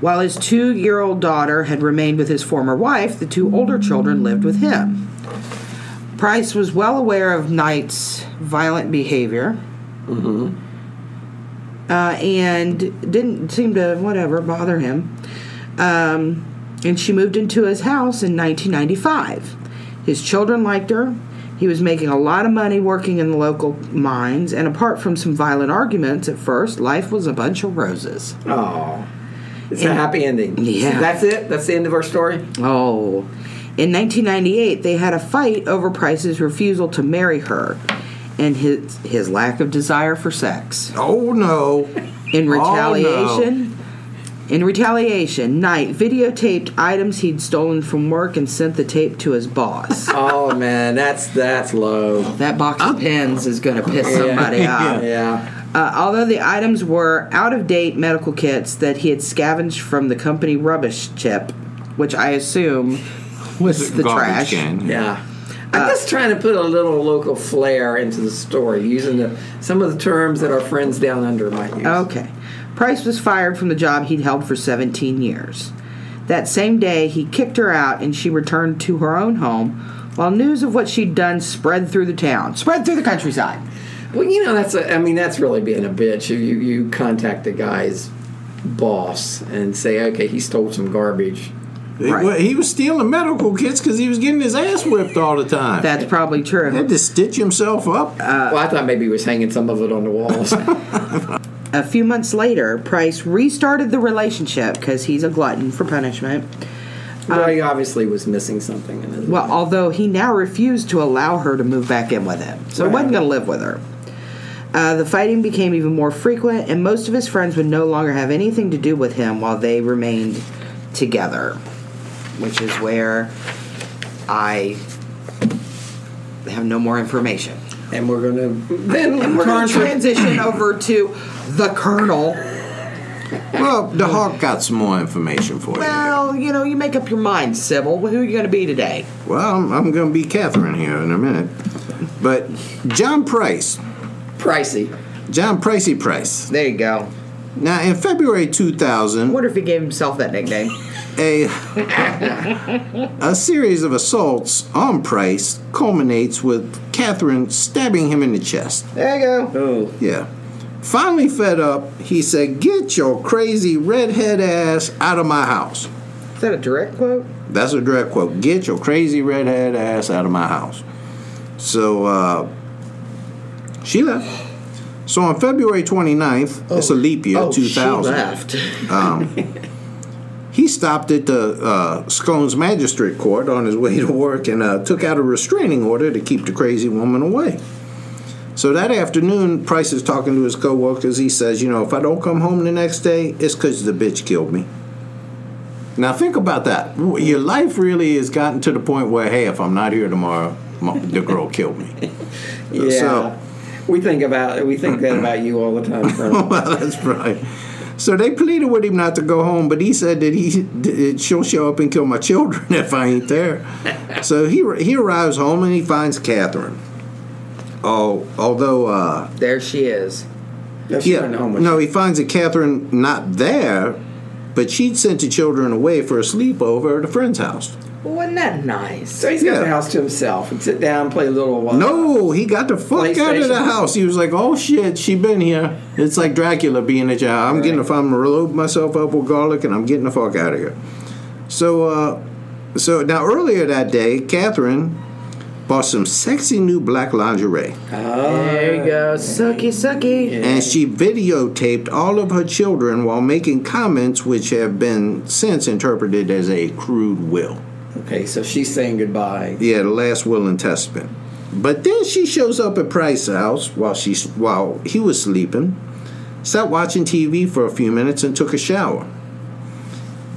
[SPEAKER 2] While his two year old daughter had remained with his former wife, the two older children lived with him. Price was well aware of Knight's violent behavior. Uh, and didn't seem to, whatever, bother him. Um, and she moved into his house in 1995. His children liked her. He was making a lot of money working in the local mines, and apart from some violent arguments at first, life was a bunch of roses.
[SPEAKER 4] Oh, it's a happy ending.
[SPEAKER 2] Yeah.
[SPEAKER 4] That's it. That's the end of our story.
[SPEAKER 2] Oh. In 1998, they had a fight over Price's refusal to marry her and his, his lack of desire for sex.
[SPEAKER 3] Oh no.
[SPEAKER 2] In
[SPEAKER 3] Oh, no.
[SPEAKER 2] retaliation, in retaliation, Knight videotaped items he'd stolen from work and sent the tape to his boss.
[SPEAKER 4] Oh man, that's that's low. Ah,
[SPEAKER 2] That box of pins is going to piss somebody off.
[SPEAKER 4] Yeah.
[SPEAKER 2] Uh, although the items were out of date medical kits that he had scavenged from the company rubbish chip, which I assume was the
[SPEAKER 3] Garbage
[SPEAKER 2] trash.
[SPEAKER 3] can.
[SPEAKER 4] Yeah. Uh, I'm just trying to put a little local flair into the story using the, some of the terms that our friends down under might use.
[SPEAKER 2] Okay. Price was fired from the job he'd held for 17 years. That same day, he kicked her out and she returned to her own home while news of what she'd done spread through the town, spread through the countryside.
[SPEAKER 4] Well, you know that's a, I mean that's really being a bitch. If you you contact the guy's boss and say, okay, he stole some garbage.
[SPEAKER 3] He- well, He was stealing medical kits because he was getting his ass whipped all the time.
[SPEAKER 2] That's probably true.
[SPEAKER 3] He had to stitch himself up.
[SPEAKER 2] Uh,
[SPEAKER 4] well, I thought maybe he was hanging some of it on the walls.
[SPEAKER 2] A few months later, Price restarted the relationship because he's a glutton for punishment.
[SPEAKER 4] well, he obviously was missing something. In his
[SPEAKER 2] Well, although he now refused to allow her to move back in with him, so he wasn't going to live with her. Uh, the fighting became even more frequent, and most of his friends would no longer have anything to do with him while they remained together, which is where I have no more information.
[SPEAKER 4] and we're gonna then
[SPEAKER 2] We're going to
[SPEAKER 4] contra-
[SPEAKER 2] transition over to the Colonel.
[SPEAKER 3] well, the Hawk got some more information for
[SPEAKER 2] Well, you know, you make up your mind, Sybil. Who are you going to be today?
[SPEAKER 3] you. Well, I'm, I'm going to be Catherine here in a minute. But John Price,
[SPEAKER 4] pricey.
[SPEAKER 3] John Pricey Price,
[SPEAKER 2] There you go.
[SPEAKER 3] Now, in February 2000,
[SPEAKER 2] wonder if he gave himself that nickname.
[SPEAKER 3] a, a series of assaults on Price culminates with Catherine stabbing him in the chest.
[SPEAKER 2] There you go.
[SPEAKER 1] Oh,
[SPEAKER 3] Yeah. Finally fed up, he said, Get your crazy redhead ass out of my house.
[SPEAKER 2] Is that a direct quote?
[SPEAKER 3] That's a direct quote. Get your crazy redhead ass out of my house. So uh, she left. So on February 29th, it's a leap year,
[SPEAKER 4] Oh, she
[SPEAKER 3] 2000.
[SPEAKER 4] left.
[SPEAKER 3] Um, He stopped at the uh, Scones Magistrate Court on his way to work and uh, took out a restraining order to keep the crazy woman away. So that afternoon, Price is talking to his coworkers. He says, You know, if I don't come home the next day, it's because the bitch killed me. Now, think about that. Your life really has gotten to the point where, hey, if I'm not here tomorrow, my, the girl killed me.
[SPEAKER 1] yeah.
[SPEAKER 3] So-
[SPEAKER 1] we think about we think that about you all the time. Colonel.
[SPEAKER 3] well, that's right. So they pleaded with him not to go home, but he said that he that she'll show up and kill my children if I ain't there. so he he arrives home and he finds Catherine. Oh, although uh,
[SPEAKER 4] there she is.
[SPEAKER 1] That's
[SPEAKER 3] yeah,
[SPEAKER 1] right, how much-
[SPEAKER 3] no, he finds that Catherine not there, but she'd sent the children away for a sleepover at a friend's house.
[SPEAKER 4] Well, wasn't that nice?
[SPEAKER 1] So he's got
[SPEAKER 3] yeah.
[SPEAKER 1] the house to himself. He'd sit down, play a little while.
[SPEAKER 3] No, he got the fuck out of the
[SPEAKER 1] PlayStation.
[SPEAKER 3] house. He was like, "Oh shit, she been here." It's like Dracula being at your house. I'm getting if I'm robe myself up with garlic, and I'm getting the fuck out of here. So, uh, so now earlier that day, Catherine bought some sexy new black lingerie,
[SPEAKER 4] There you go. Sucky, sucky.
[SPEAKER 3] and she videotaped all of her children while making comments which have been since interpreted as a crude will.
[SPEAKER 1] Okay, so she's saying goodbye.
[SPEAKER 3] Yeah, the last will and testament. But then she shows up at Price's house while she's while he was sleeping, sat watching TV for a few minutes and took a shower.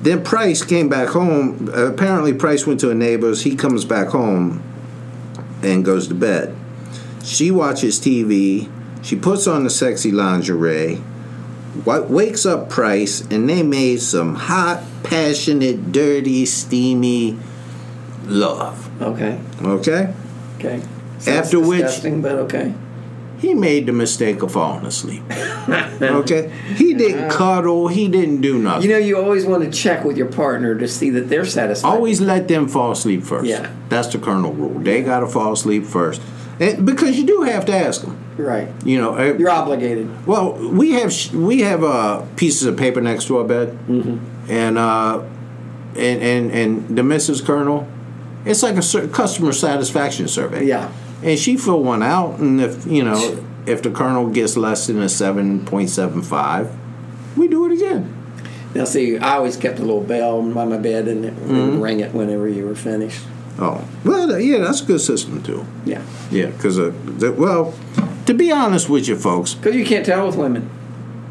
[SPEAKER 3] Then Price came back home. Apparently, Price went to a neighbor's. He comes back home and goes to bed. She watches TV. She puts on the sexy lingerie. wa- Wakes up Price, and they made some hot, passionate, dirty, steamy love.
[SPEAKER 1] Okay,
[SPEAKER 3] Okay?
[SPEAKER 1] okay. Sounds
[SPEAKER 3] After which-
[SPEAKER 1] disgusting, but okay.
[SPEAKER 3] He made the mistake of falling asleep. okay? He didn't cuddle, he didn't do nothing.
[SPEAKER 1] Uh-huh. You know, you always want to check with your partner to see that they're satisfied.
[SPEAKER 3] Always let them fall asleep first.
[SPEAKER 1] Yeah.
[SPEAKER 3] That's the kernel rule. They got to fall asleep first. And because you do have to ask them.
[SPEAKER 1] right.
[SPEAKER 3] You know, eh,
[SPEAKER 1] You're obligated.
[SPEAKER 3] well, we have sh- we have uh, pieces of paper next to our bed, and, uh, and and and the Mrs. Colonel, it's like a cer- customer satisfaction survey.
[SPEAKER 1] Yeah.
[SPEAKER 3] and she fill one out, and if you know if the Colonel gets less than a seven point seven five, we do it again.
[SPEAKER 1] Now, see, I always kept a little bell by my bed, and it
[SPEAKER 3] Mm-hmm.
[SPEAKER 1] would ring it whenever you were finished.
[SPEAKER 3] Oh, well, yeah, that's a good system too.
[SPEAKER 1] Yeah,
[SPEAKER 3] Yeah, because uh, the- well, to be honest with you, folks,
[SPEAKER 1] because you can't tell with women.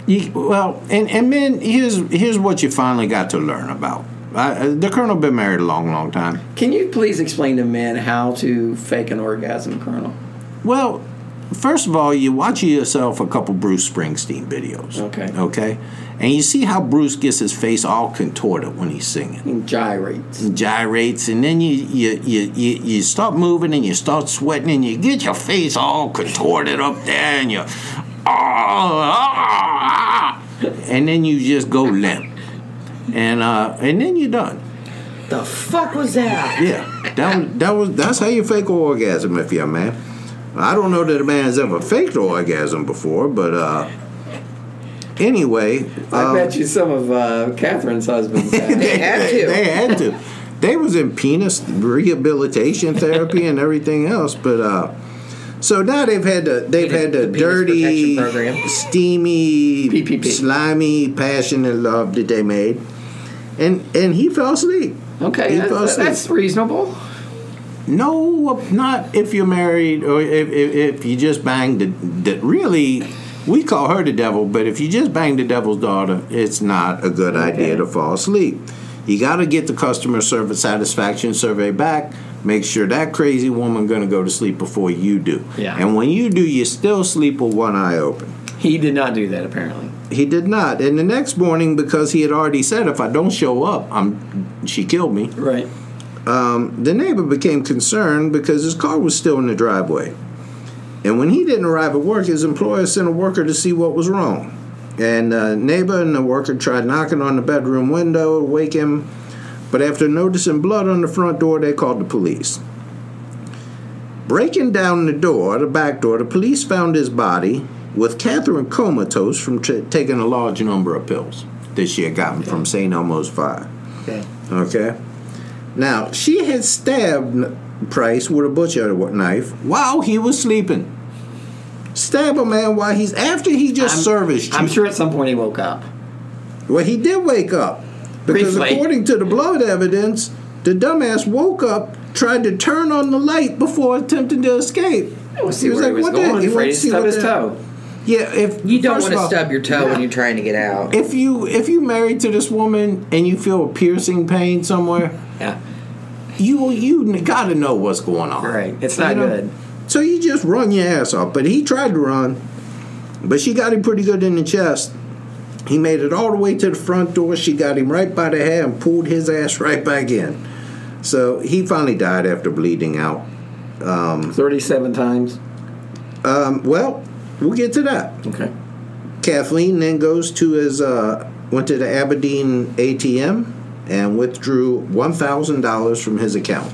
[SPEAKER 3] You, well, and and men, here's here's what you finally got to learn about. I, uh, the colonel been married a long, long time.
[SPEAKER 1] Can you please explain to men how to fake an orgasm, Colonel?
[SPEAKER 3] Well, first of all, you watch yourself a couple Bruce Springsteen videos.
[SPEAKER 1] Okay.
[SPEAKER 3] Okay, and you see how Bruce gets his face all contorted when he's singing.
[SPEAKER 1] And gyrates.
[SPEAKER 3] gyrates and then you you, you you you start moving and you start sweating and you get your face all contorted up there and you ah, ah, ah, and then you just go limp and uh and then you're done
[SPEAKER 2] The fuck was that?
[SPEAKER 3] yeah that was that was that's how you fake an orgasm if you're a man i don't know that a man's ever faked an orgasm before but uh anyway
[SPEAKER 1] I
[SPEAKER 3] um,
[SPEAKER 1] bet you some of uh, Catherine's husbands.
[SPEAKER 3] they
[SPEAKER 1] have.
[SPEAKER 3] had to. They had to. They was in penis rehabilitation therapy and everything else, but uh, so now they've had the they've had the,
[SPEAKER 4] penis
[SPEAKER 3] dirty,
[SPEAKER 4] protection program.
[SPEAKER 3] steamy,
[SPEAKER 1] PPP.
[SPEAKER 3] slimy, passionate love that they made, and and he fell asleep.
[SPEAKER 1] okay,
[SPEAKER 3] he fell
[SPEAKER 1] that's,
[SPEAKER 3] asleep.
[SPEAKER 1] that's reasonable.
[SPEAKER 3] no, not if you're married or if if, if you just banged the, the really. We call her the devil, but if you just bang the devil's daughter, it's not a good idea to fall asleep. You got to get the customer service satisfaction survey back. Make sure that crazy woman going to go to sleep before you do.
[SPEAKER 1] Yeah.
[SPEAKER 3] And when you do, you still sleep with one eye open.
[SPEAKER 1] He did not do that, apparently.
[SPEAKER 3] He did not. And the next morning, because he had already said, "If I don't show up, I'm she killed me."
[SPEAKER 1] Right.
[SPEAKER 3] The neighbor became concerned because his car was still in the driveway. And when he didn't arrive at work, his employer sent a worker to see what was wrong. And the neighbor and the worker tried knocking on the bedroom window to wake him, but after noticing blood on the front door, they called the police. Breaking down the door, the back door, the police found his body with Catherine comatose from t- taking a large number of pills that she had gotten from St. Elmo's Fire.
[SPEAKER 4] Okay.
[SPEAKER 3] Okay. Now, she had stabbed Price with a butcher knife while he was sleeping. Stab a man while he's after he just serviced you.
[SPEAKER 1] I'm sure at some point he woke up.
[SPEAKER 3] Well, he did wake up because,
[SPEAKER 1] Briefly.
[SPEAKER 3] according to the blood evidence, the dumbass woke up, tried to turn on the light before attempting to escape.
[SPEAKER 1] he was,
[SPEAKER 3] like, "What the-
[SPEAKER 1] going,
[SPEAKER 3] he
[SPEAKER 1] afraid
[SPEAKER 3] wanted
[SPEAKER 1] to
[SPEAKER 3] to see
[SPEAKER 1] stub
[SPEAKER 3] what
[SPEAKER 1] his
[SPEAKER 3] the-
[SPEAKER 1] toe.
[SPEAKER 3] Yeah, if
[SPEAKER 4] You don't
[SPEAKER 3] first
[SPEAKER 4] want
[SPEAKER 3] of
[SPEAKER 4] to
[SPEAKER 3] all,
[SPEAKER 4] stub your toe when you're trying to get out.
[SPEAKER 3] If you if you married to this woman and you feel a piercing pain somewhere,
[SPEAKER 1] Yeah,
[SPEAKER 3] you you gotta know what's going on.
[SPEAKER 1] right. It's not
[SPEAKER 3] You know?
[SPEAKER 1] good.
[SPEAKER 3] So you just run your ass off. But he tried to run, but she got him pretty good in the chest. He made it all the way to the front door. She got him right by the hair and pulled his ass right back in. So he finally died after bleeding out.
[SPEAKER 1] Thirty-seven times.
[SPEAKER 3] Um, well, we'll get to that.
[SPEAKER 1] Okay.
[SPEAKER 3] Kathleen then goes to his uh, went to the Aberdeen ATM and withdrew one thousand dollars from his account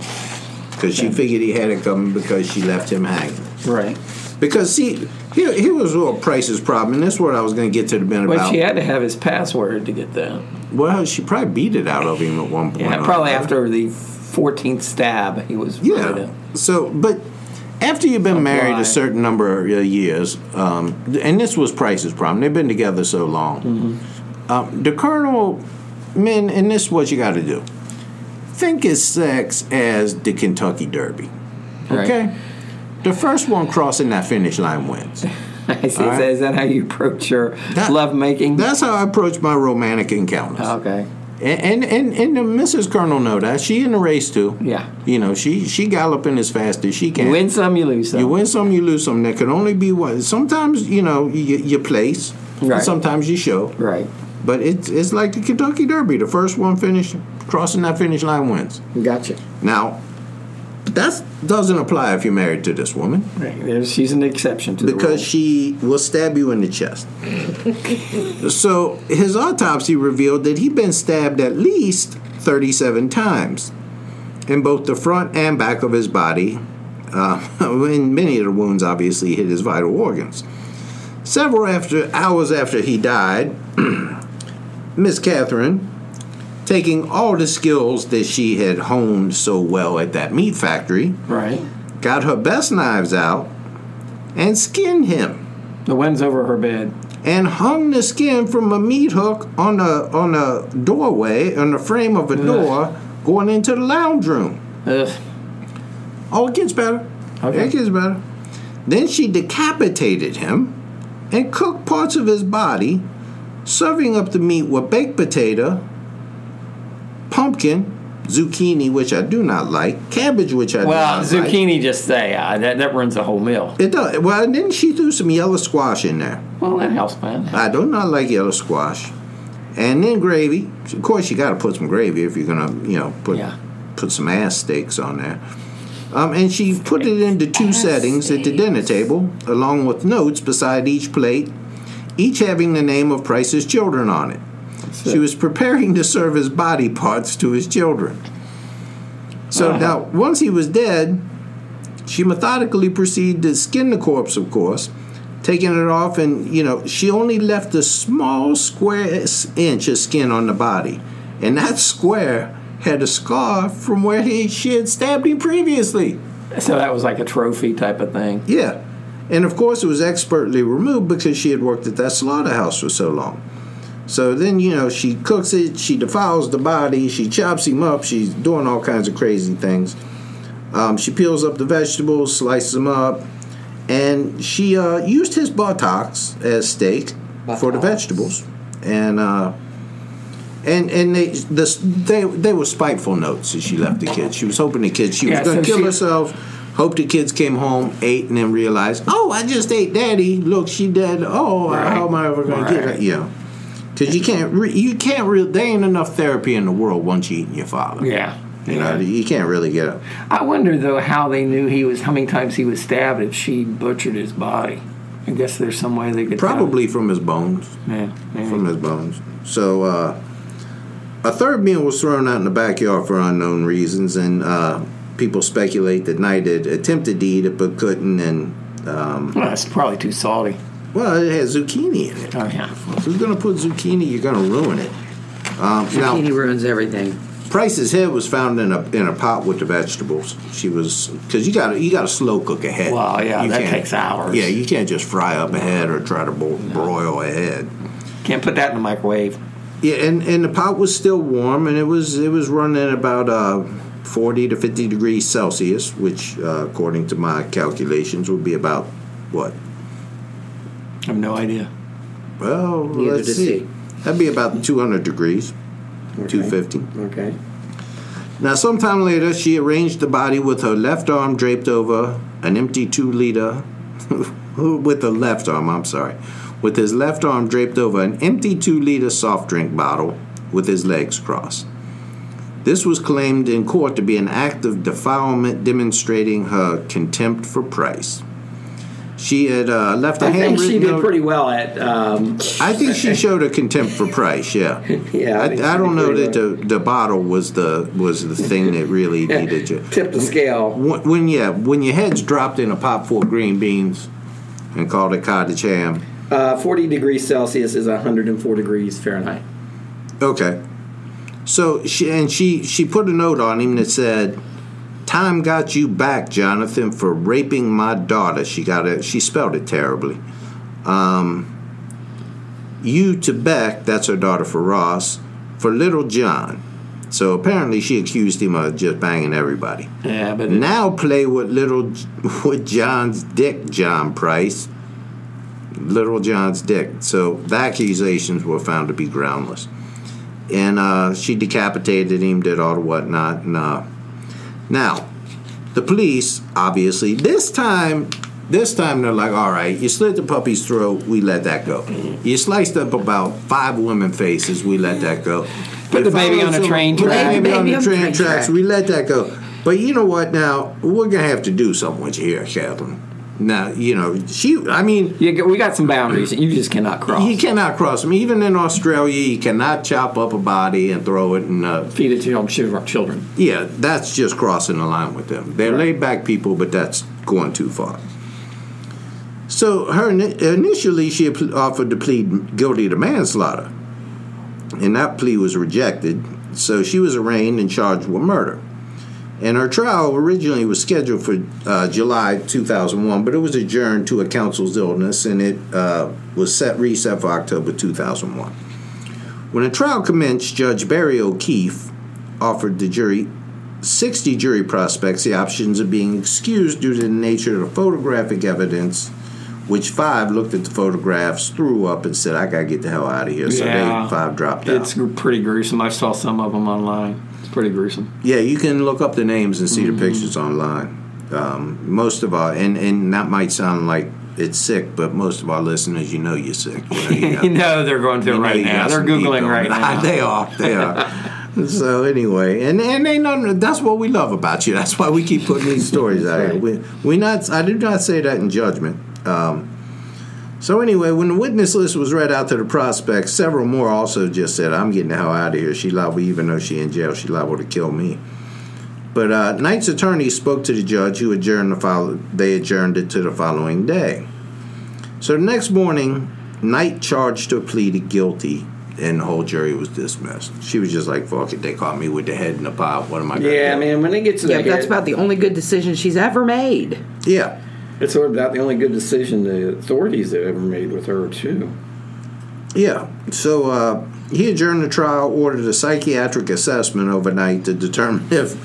[SPEAKER 3] because she figured he had it coming because she left him hanging.
[SPEAKER 1] Right.
[SPEAKER 3] Because see, here, here was what Price's problem, and this is what I was going to get to the bit
[SPEAKER 1] But
[SPEAKER 3] about.
[SPEAKER 1] she had to have his password to get that.
[SPEAKER 3] well, she probably beat it out of him at one point.
[SPEAKER 1] Yeah,
[SPEAKER 3] or
[SPEAKER 1] probably
[SPEAKER 3] another.
[SPEAKER 1] after the fourteenth stab, he Oh, was. ready
[SPEAKER 3] Yeah.
[SPEAKER 1] to-
[SPEAKER 3] So, but after you've been married
[SPEAKER 1] Apply.
[SPEAKER 3] a certain number of uh, years, um, and this was Price's problem. They've been together so long.
[SPEAKER 1] Mm-hmm.
[SPEAKER 3] Um, the colonel, men, and this is what you got to do. Think of sex as the Kentucky Derby.
[SPEAKER 1] Right.
[SPEAKER 3] Okay. The first one crossing that finish line wins.
[SPEAKER 1] I see.
[SPEAKER 3] All right.
[SPEAKER 1] So Is that how you approach your
[SPEAKER 3] That-
[SPEAKER 1] love making?
[SPEAKER 3] That's how I approach my romantic encounters.
[SPEAKER 1] okay.
[SPEAKER 3] And and and, and Mrs. Colonel know that she in the race too.
[SPEAKER 1] Yeah.
[SPEAKER 3] you know she she galloping as fast as she can.
[SPEAKER 1] You win some, you lose some.
[SPEAKER 3] You win some, you lose some. There can only be one. Sometimes you know you, you place, and
[SPEAKER 1] Right.
[SPEAKER 3] sometimes you show.
[SPEAKER 1] Right.
[SPEAKER 3] But it's it's like the Kentucky Derby. The first one finish crossing that finish line wins.
[SPEAKER 1] Gotcha.
[SPEAKER 3] Now, that doesn't apply if you're married to this woman
[SPEAKER 1] Right. There's- She's an exception to the rule.
[SPEAKER 3] because she will stab you in the chest. so his autopsy revealed that he'd been stabbed at least 37 times in both the front and back of his body. Uh, and many of the wounds obviously hit his vital organs. Several after hours after he died, Miss Catherine, taking all the skills that she had honed so well at that meat factory,
[SPEAKER 1] Right.
[SPEAKER 3] got her best knives out and skinned him
[SPEAKER 1] The wind's over her bed.
[SPEAKER 3] and hung the skin from a meat hook on a on a doorway on the frame of a door going into the lounge room.
[SPEAKER 1] Ugh.
[SPEAKER 3] Oh, it gets better.
[SPEAKER 1] Okay.
[SPEAKER 3] It gets better. Then she decapitated him and cooked parts of his body, serving up the meat with baked potato, pumpkin, zucchini, which I do not like, cabbage, which I
[SPEAKER 1] Well,
[SPEAKER 3] do not like.
[SPEAKER 1] zucchini just say uh, that that runs a whole meal.
[SPEAKER 3] It does. Well, and then she threw some yellow squash in there.
[SPEAKER 1] Well, that helps, man.
[SPEAKER 3] I do not like yellow squash. And then gravy. Of course, you got to put some gravy if you're gonna, you know, put
[SPEAKER 1] Yeah.
[SPEAKER 3] put some ass steaks on there. Um, and she put it into two settings at the dinner table, along with notes beside each plate, each having the name of Price's children on it. She was preparing to serve his body parts to his children. So now, once he was dead, she methodically proceeded to skin the corpse, of course, taking it off, and you know she only left a small square s- inch of skin on the body, and that square had a scar from where he she had stabbed him previously.
[SPEAKER 1] So that was like a trophy type of thing.
[SPEAKER 3] Yeah, and of course it was expertly removed because she had worked at that slaughterhouse for so long. So then you know she cooks it, she defiles the body, she chops him up, she's doing all kinds of crazy things. Um, she peels up the vegetables, slices them up, and she uh, used his buttocks as steak for the vegetables, and uh, and and they the, they they were spiteful notes as she left the kids. She was hoping the kids she
[SPEAKER 1] Yeah,
[SPEAKER 3] was going
[SPEAKER 1] so
[SPEAKER 3] to kill
[SPEAKER 1] she-
[SPEAKER 3] herself. Hoped the kids came home, ate, and then realized, oh, I just ate daddy. Look, she dead. Oh, how am I ever going to get her? Yeah, because you can't re- you can't re- there ain't enough therapy in the world once you eating your father.
[SPEAKER 1] Yeah.
[SPEAKER 3] you know you can't really get up.
[SPEAKER 1] I wonder though how they knew he was how many times he was stabbed if she butchered his body. I guess there's some way they could tell.
[SPEAKER 3] Probably from his bones.
[SPEAKER 1] Yeah, maybe.
[SPEAKER 3] From his bones. So, uh, a third meal was thrown out in the backyard for unknown reasons, and uh, people speculate that Knight had attempted to eat it but couldn't. And, um,
[SPEAKER 1] Well, it's probably too salty.
[SPEAKER 3] well, it has zucchini in it.
[SPEAKER 1] Oh yeah.
[SPEAKER 3] If you're going to put zucchini, you're going to ruin it. Um, now,
[SPEAKER 4] Zucchini ruins everything.
[SPEAKER 3] Price's head was found in a in a pot with the vegetables. She was because you got to you got to slow cook a head.
[SPEAKER 1] Well, yeah,
[SPEAKER 3] You
[SPEAKER 1] that
[SPEAKER 3] can't-
[SPEAKER 1] takes hours.
[SPEAKER 3] Yeah, you can't just fry up a head or try to bo- broil a head.
[SPEAKER 1] Can't put that in the microwave.
[SPEAKER 3] Yeah, and, and the pot was still warm, and it was it was running at about uh, forty to fifty degrees Celsius, which uh, according to my calculations would be about what?
[SPEAKER 1] I have no idea.
[SPEAKER 3] Well,
[SPEAKER 4] Neither
[SPEAKER 3] let's
[SPEAKER 4] does
[SPEAKER 3] see.
[SPEAKER 4] he.
[SPEAKER 3] That'd be about two hundred degrees, two fifty.
[SPEAKER 1] Okay.
[SPEAKER 3] Now, sometime later, she arranged the body with her left arm draped over an empty two liter. with the left arm, I'm sorry. With his left arm draped over an empty two liter soft drink bottle with his legs crossed. This was claimed in court to be an act of defilement demonstrating her contempt for Price. She had uh, left a
[SPEAKER 1] I think
[SPEAKER 3] handwritten
[SPEAKER 1] she did
[SPEAKER 3] note-
[SPEAKER 1] pretty well at. Um,
[SPEAKER 3] I think she showed a contempt for price. Yeah,
[SPEAKER 1] Yeah, I
[SPEAKER 3] I,
[SPEAKER 1] think
[SPEAKER 3] I,
[SPEAKER 1] she
[SPEAKER 3] don't
[SPEAKER 1] did
[SPEAKER 3] know
[SPEAKER 1] pretty
[SPEAKER 3] that the, the bottle was the was the thing that really needed you.
[SPEAKER 1] Tip the scale.
[SPEAKER 3] When, when yeah, when your head's dropped in a pot full of green beans and called it cottage ham.
[SPEAKER 1] Uh, 40 degrees Celsius is 104 degrees Fahrenheit.
[SPEAKER 3] Okay, so she and she she put a note on him that said, "Time got you back, Jonathan, for raping my daughter." She got it. She spelled it terribly. Um, you to Beck, that's her daughter for Ross, for little John. So apparently she accused him of just banging everybody.
[SPEAKER 1] Yeah, but it,
[SPEAKER 3] Now play with little with John's dick, John Price. Little John's dick. So the accusations were found to be groundless. And uh, she decapitated him, did all the whatnot. And, uh, now, the police obviously this time, this time they're like, all right, you slit the puppy's throat, we let that go.
[SPEAKER 1] Mm-hmm.
[SPEAKER 3] You sliced up about five women faces, we let that go.
[SPEAKER 1] Put the
[SPEAKER 3] You
[SPEAKER 1] baby
[SPEAKER 3] followed
[SPEAKER 1] on a
[SPEAKER 3] some-
[SPEAKER 1] train
[SPEAKER 3] put the
[SPEAKER 1] track.
[SPEAKER 3] baby on the train tracks, we let that go. But you know what? Now we're gonna have to do something with you here, Kathleen. Now you know she. I mean,
[SPEAKER 1] you, g- we got some boundaries that you just cannot cross.
[SPEAKER 3] you cannot cross them. Even in Australia, you cannot chop up a body and throw it in a
[SPEAKER 1] Feed it to your chil- children.
[SPEAKER 3] yeah, that's just crossing the line with them. They're
[SPEAKER 1] Right.
[SPEAKER 3] laid back people, but that's going too far. So her ini- initially she app- offered to plead guilty to manslaughter, and that plea was rejected. So she was arraigned and charged with murder. And her trial originally was scheduled for uh, July 2001, but it was adjourned to a counsel's illness, and it uh, was set reset for October 2001. When the trial commenced, Judge Barry O'Keefe offered the jury 60 jury prospects the options of being excused due to the nature of the photographic evidence, which five looked at the photographs, threw up, and said, I gotta get the hell out of here. So
[SPEAKER 1] Yeah.
[SPEAKER 3] they five dropped out.
[SPEAKER 1] It's gr- pretty gruesome. I saw some of them online. It's pretty gruesome.
[SPEAKER 3] Yeah, you can look up the names and see
[SPEAKER 1] Mm-hmm.
[SPEAKER 3] the pictures online. Um, most of our, and, and that might sound like it's sick, but most of our listeners, you know you're sick. You know, you got-
[SPEAKER 1] You know they're going through it
[SPEAKER 3] you know
[SPEAKER 1] right
[SPEAKER 3] you
[SPEAKER 1] now.
[SPEAKER 3] got
[SPEAKER 1] They're
[SPEAKER 3] some heat
[SPEAKER 1] Googling
[SPEAKER 3] going
[SPEAKER 1] right
[SPEAKER 3] on.
[SPEAKER 1] now.
[SPEAKER 3] they are. They are. so anyway, and and they know, that's what we love about you. That's why we keep putting these stories out here. We we not. I do not say that in judgment. Um, so anyway, when the witness list was read out to the prospects, several more also just said, "I'm getting the hell out of here." She liable, even though she in jail, she liable to kill me. But uh, Knight's attorney spoke to the judge, who adjourned the follow- They adjourned it to the following day. So the next morning, Knight charged her pleaded guilty, and the whole jury was dismissed. She was just like, "Fuck it, they caught me with the head in the pot. What am I?" gonna
[SPEAKER 1] Yeah,
[SPEAKER 3] do?"
[SPEAKER 1] man. When it gets to
[SPEAKER 2] Yeah,
[SPEAKER 1] that,
[SPEAKER 2] but that's
[SPEAKER 1] area,
[SPEAKER 2] about the only good decision she's ever made.
[SPEAKER 3] Yeah,
[SPEAKER 1] it's sort of about the only good decision the authorities have ever made with her too.
[SPEAKER 3] yeah. So uh, he adjourned the trial, ordered a psychiatric assessment overnight to determine if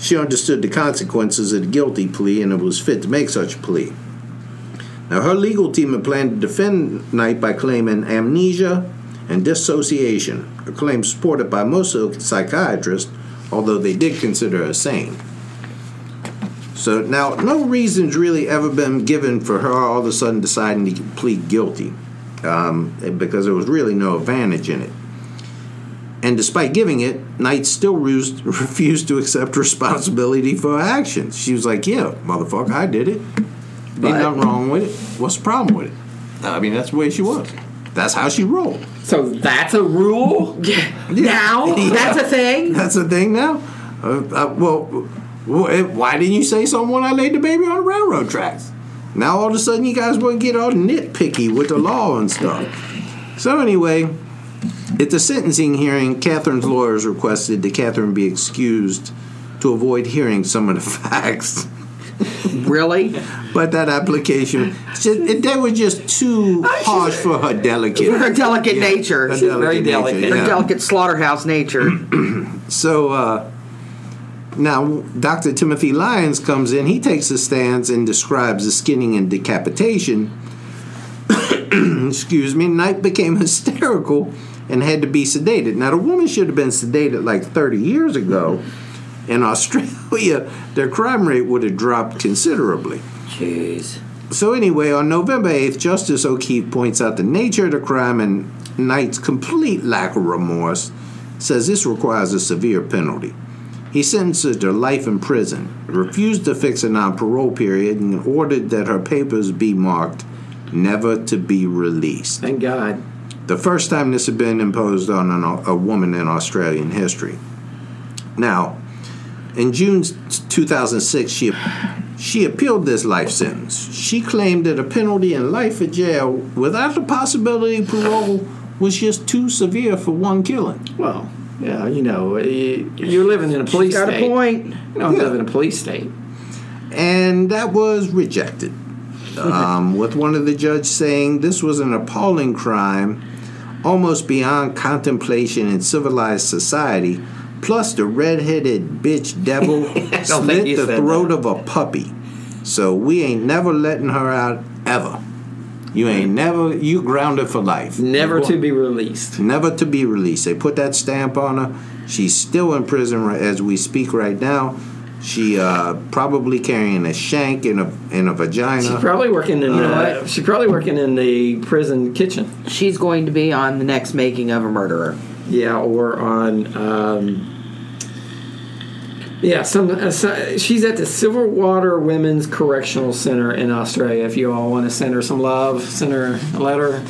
[SPEAKER 3] she understood the consequences of the guilty plea and it was fit to make such a plea. Now, her legal team had planned to defend Knight by claiming amnesia and dissociation, a claim supported by most psychiatrists, although they did consider her sane. So now, no reason's really ever been given for her all of a sudden deciding to plead guilty, um, because there was really no advantage in it. And despite giving it, Knight still rused, refused to accept responsibility for her actions. She was like, "Yeah, motherfucker, I did it. Ain't nothing wrong with it. What's the problem with it? I mean, that's the way she was. That's how she rolled.
[SPEAKER 1] So that's a rule?
[SPEAKER 2] Now
[SPEAKER 3] Yeah.
[SPEAKER 2] that's a thing.
[SPEAKER 3] That's the thing now. Uh, uh, well, wh- eh, why didn't you say something when I laid the baby on the railroad tracks? Now all of a sudden you guys want to get all nitpicky with the law and stuff. So anyway, at the sentencing hearing, Catherine's lawyers requested that Catherine be excused to avoid hearing some of the facts.
[SPEAKER 2] Really?
[SPEAKER 3] But that application, it's just, it, that was just too harsh for her delicate.
[SPEAKER 2] Her delicate nature.
[SPEAKER 3] Her
[SPEAKER 2] She's
[SPEAKER 4] very delicate.
[SPEAKER 3] nature,
[SPEAKER 2] Her
[SPEAKER 3] yeah.
[SPEAKER 2] delicate slaughterhouse nature.
[SPEAKER 3] So uh, now Dr. Timothy Lyons comes in. He takes a stance and describes the skinning and decapitation. Excuse me. Knight became hysterical and had to be sedated. Now, the woman should have been sedated like 30 years ago. In Australia, their crime rate would have dropped considerably.
[SPEAKER 4] Jeez.
[SPEAKER 3] So anyway, on November 8th, Justice O'Keefe points out the nature of the crime and Knight's complete lack of remorse, says this requires a severe penalty. He sentences her to life in prison, refused to fix a non-parole period, and ordered that her papers be marked never to be released.
[SPEAKER 1] Thank God.
[SPEAKER 3] The first time this had been imposed on an, a woman in Australian history. Now, in June 2006, she she appealed this life sentence. She claimed that a penalty in life in jail without the possibility of parole was just too severe for one killing.
[SPEAKER 1] Well, yeah, you know, y- you're living in a police
[SPEAKER 2] Got a
[SPEAKER 1] state.
[SPEAKER 2] point.
[SPEAKER 1] You don't
[SPEAKER 3] Yeah.
[SPEAKER 1] live in a police state.
[SPEAKER 3] And that was rejected, um, with one of the judges saying this was an appalling crime, almost beyond contemplation in civilized society. Plus, the red-headed bitch devil
[SPEAKER 4] don't think
[SPEAKER 3] slit
[SPEAKER 4] you
[SPEAKER 3] the
[SPEAKER 4] said
[SPEAKER 3] throat
[SPEAKER 4] that.
[SPEAKER 3] of a puppy. So we ain't never letting her out ever. You ain't never. You grounded for life.
[SPEAKER 1] Never to be released.
[SPEAKER 3] never to be released. They put that stamp on her. She's still in prison ri- as we speak right now. She uh, probably carrying a shank in a in a vagina.
[SPEAKER 1] She's probably working in
[SPEAKER 3] Uh,
[SPEAKER 1] the, she's probably working in the prison kitchen.
[SPEAKER 2] She's going to be on the next making of a murderer.
[SPEAKER 1] Yeah, or on. Um, yeah, some, uh, so- she's at the Silverwater Women's Correctional Center in Australia. If you all want to send her some love, send her a letter.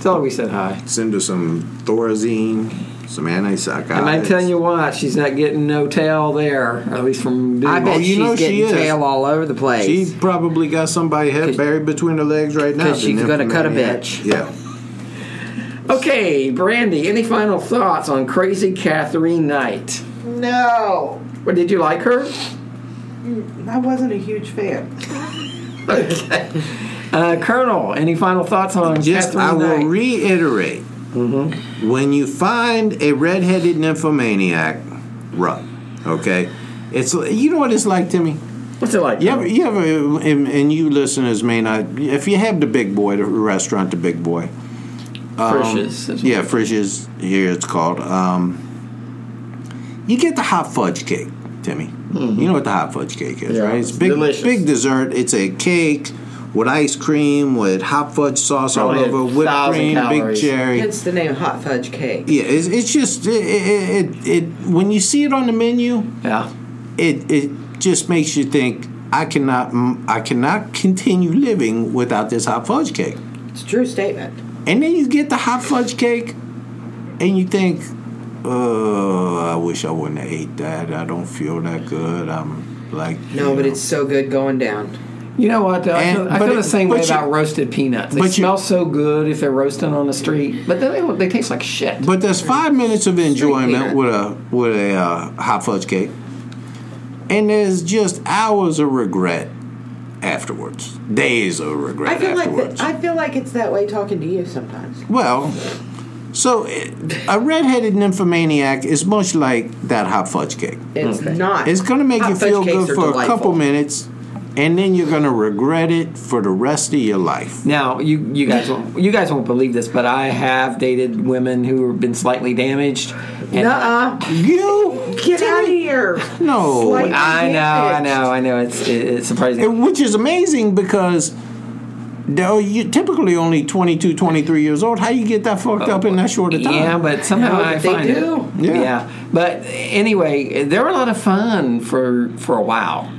[SPEAKER 1] Tell her we said hi.
[SPEAKER 3] Send her some Thorazine, some antipsychotics.
[SPEAKER 1] And I'm telling you what, she's not getting no tail there, at least from.
[SPEAKER 2] I
[SPEAKER 1] Duke.
[SPEAKER 2] bet
[SPEAKER 3] you
[SPEAKER 2] she's
[SPEAKER 3] know she
[SPEAKER 2] getting
[SPEAKER 3] is.
[SPEAKER 2] tail all over the place.
[SPEAKER 3] She probably got somebody head buried between her legs right now.
[SPEAKER 2] 'Cause she's
[SPEAKER 3] Didn't
[SPEAKER 2] gonna cut a
[SPEAKER 3] implement
[SPEAKER 2] bitch.
[SPEAKER 3] it. Yeah.
[SPEAKER 1] Okay, Brandy, any final thoughts on Crazy Catherine Knight?
[SPEAKER 2] no, Mm,
[SPEAKER 1] What did you like her?
[SPEAKER 2] I wasn't a huge fan.
[SPEAKER 1] Uh, Colonel, any final thoughts on
[SPEAKER 3] Just,
[SPEAKER 1] Catherine
[SPEAKER 3] I
[SPEAKER 1] Knight?
[SPEAKER 3] will reiterate.
[SPEAKER 1] Mm-hmm.
[SPEAKER 3] When you find a red-headed nymphomaniac, run. Okay, it's you know what it's like, Timmy.
[SPEAKER 1] What's it like?
[SPEAKER 3] You ever, you ever and, and you listeners may not. If you have the big boy, the restaurant, the big boy.
[SPEAKER 1] Frisch's.
[SPEAKER 3] Yeah, Frisch's here it's called. Um, you get the hot fudge cake, Timmy. You know what the hot fudge cake is,
[SPEAKER 1] Mm-hmm. Yeah,
[SPEAKER 3] right? It's
[SPEAKER 1] it's
[SPEAKER 3] big,
[SPEAKER 1] delicious.
[SPEAKER 3] big dessert. It's a cake with ice cream, with hot fudge sauce
[SPEAKER 1] Probably
[SPEAKER 3] all
[SPEAKER 1] a
[SPEAKER 3] over, whipped
[SPEAKER 1] thousand
[SPEAKER 3] cream,
[SPEAKER 1] calories.
[SPEAKER 3] big cherry.
[SPEAKER 2] Hence the name hot fudge cake.
[SPEAKER 3] yeah, it's, it's just it, it, it, it. When you see it on the menu,
[SPEAKER 1] Yeah.
[SPEAKER 3] it it just makes you think. I cannot, mm, I cannot continue living without this hot fudge cake.
[SPEAKER 2] It's a true statement.
[SPEAKER 3] And then you get the hot fudge cake, and you think, "Oh, I wish I wouldn't have ate that. I don't feel that good. I'm like
[SPEAKER 4] No,
[SPEAKER 3] you
[SPEAKER 4] but
[SPEAKER 3] know."
[SPEAKER 4] it's so good going down.
[SPEAKER 1] You know what? Though?
[SPEAKER 3] And-
[SPEAKER 1] I feel, I
[SPEAKER 3] but
[SPEAKER 1] feel the
[SPEAKER 3] it-
[SPEAKER 1] same way
[SPEAKER 3] but you-
[SPEAKER 1] about roasted peanuts. They
[SPEAKER 3] but you-
[SPEAKER 1] smell so good if they're roasting on the street, but then they, they taste like shit.
[SPEAKER 3] But there's five minutes of enjoyment
[SPEAKER 4] peanut.
[SPEAKER 3] with a with a uh, hot fudge cake, and there's just hours of regret afterwards, days of regret
[SPEAKER 2] I feel like
[SPEAKER 3] afterwards.
[SPEAKER 2] that, I feel like it's that way talking to you sometimes.
[SPEAKER 3] Well, so it, a redheaded nymphomaniac is much like that hot fudge cake.
[SPEAKER 2] It's not.
[SPEAKER 3] It's going to make
[SPEAKER 2] Hot
[SPEAKER 3] you
[SPEAKER 2] fudge
[SPEAKER 3] feel
[SPEAKER 2] cakes
[SPEAKER 3] good
[SPEAKER 2] are
[SPEAKER 3] for a
[SPEAKER 2] delightful.
[SPEAKER 3] couple minutes, and then you're going to regret it for the rest of your life.
[SPEAKER 1] Now you you guys won't, you guys won't believe this, but I have dated women who have been slightly damaged. And
[SPEAKER 2] Uh-uh.
[SPEAKER 3] You
[SPEAKER 2] Get out of here.
[SPEAKER 3] no,
[SPEAKER 2] Slight-
[SPEAKER 1] I know, I
[SPEAKER 2] Damaged.
[SPEAKER 1] know, I know. It's it, it's surprising.
[SPEAKER 3] And which is amazing because. Though you typically only 22, 23 years old, how you get that fucked up in that short of time?
[SPEAKER 2] Oh.
[SPEAKER 1] Yeah, but somehow
[SPEAKER 4] No,
[SPEAKER 1] I
[SPEAKER 4] but they
[SPEAKER 1] find
[SPEAKER 4] do.
[SPEAKER 1] it.
[SPEAKER 3] Yeah.
[SPEAKER 1] But anyway, they were a lot of fun for for a while.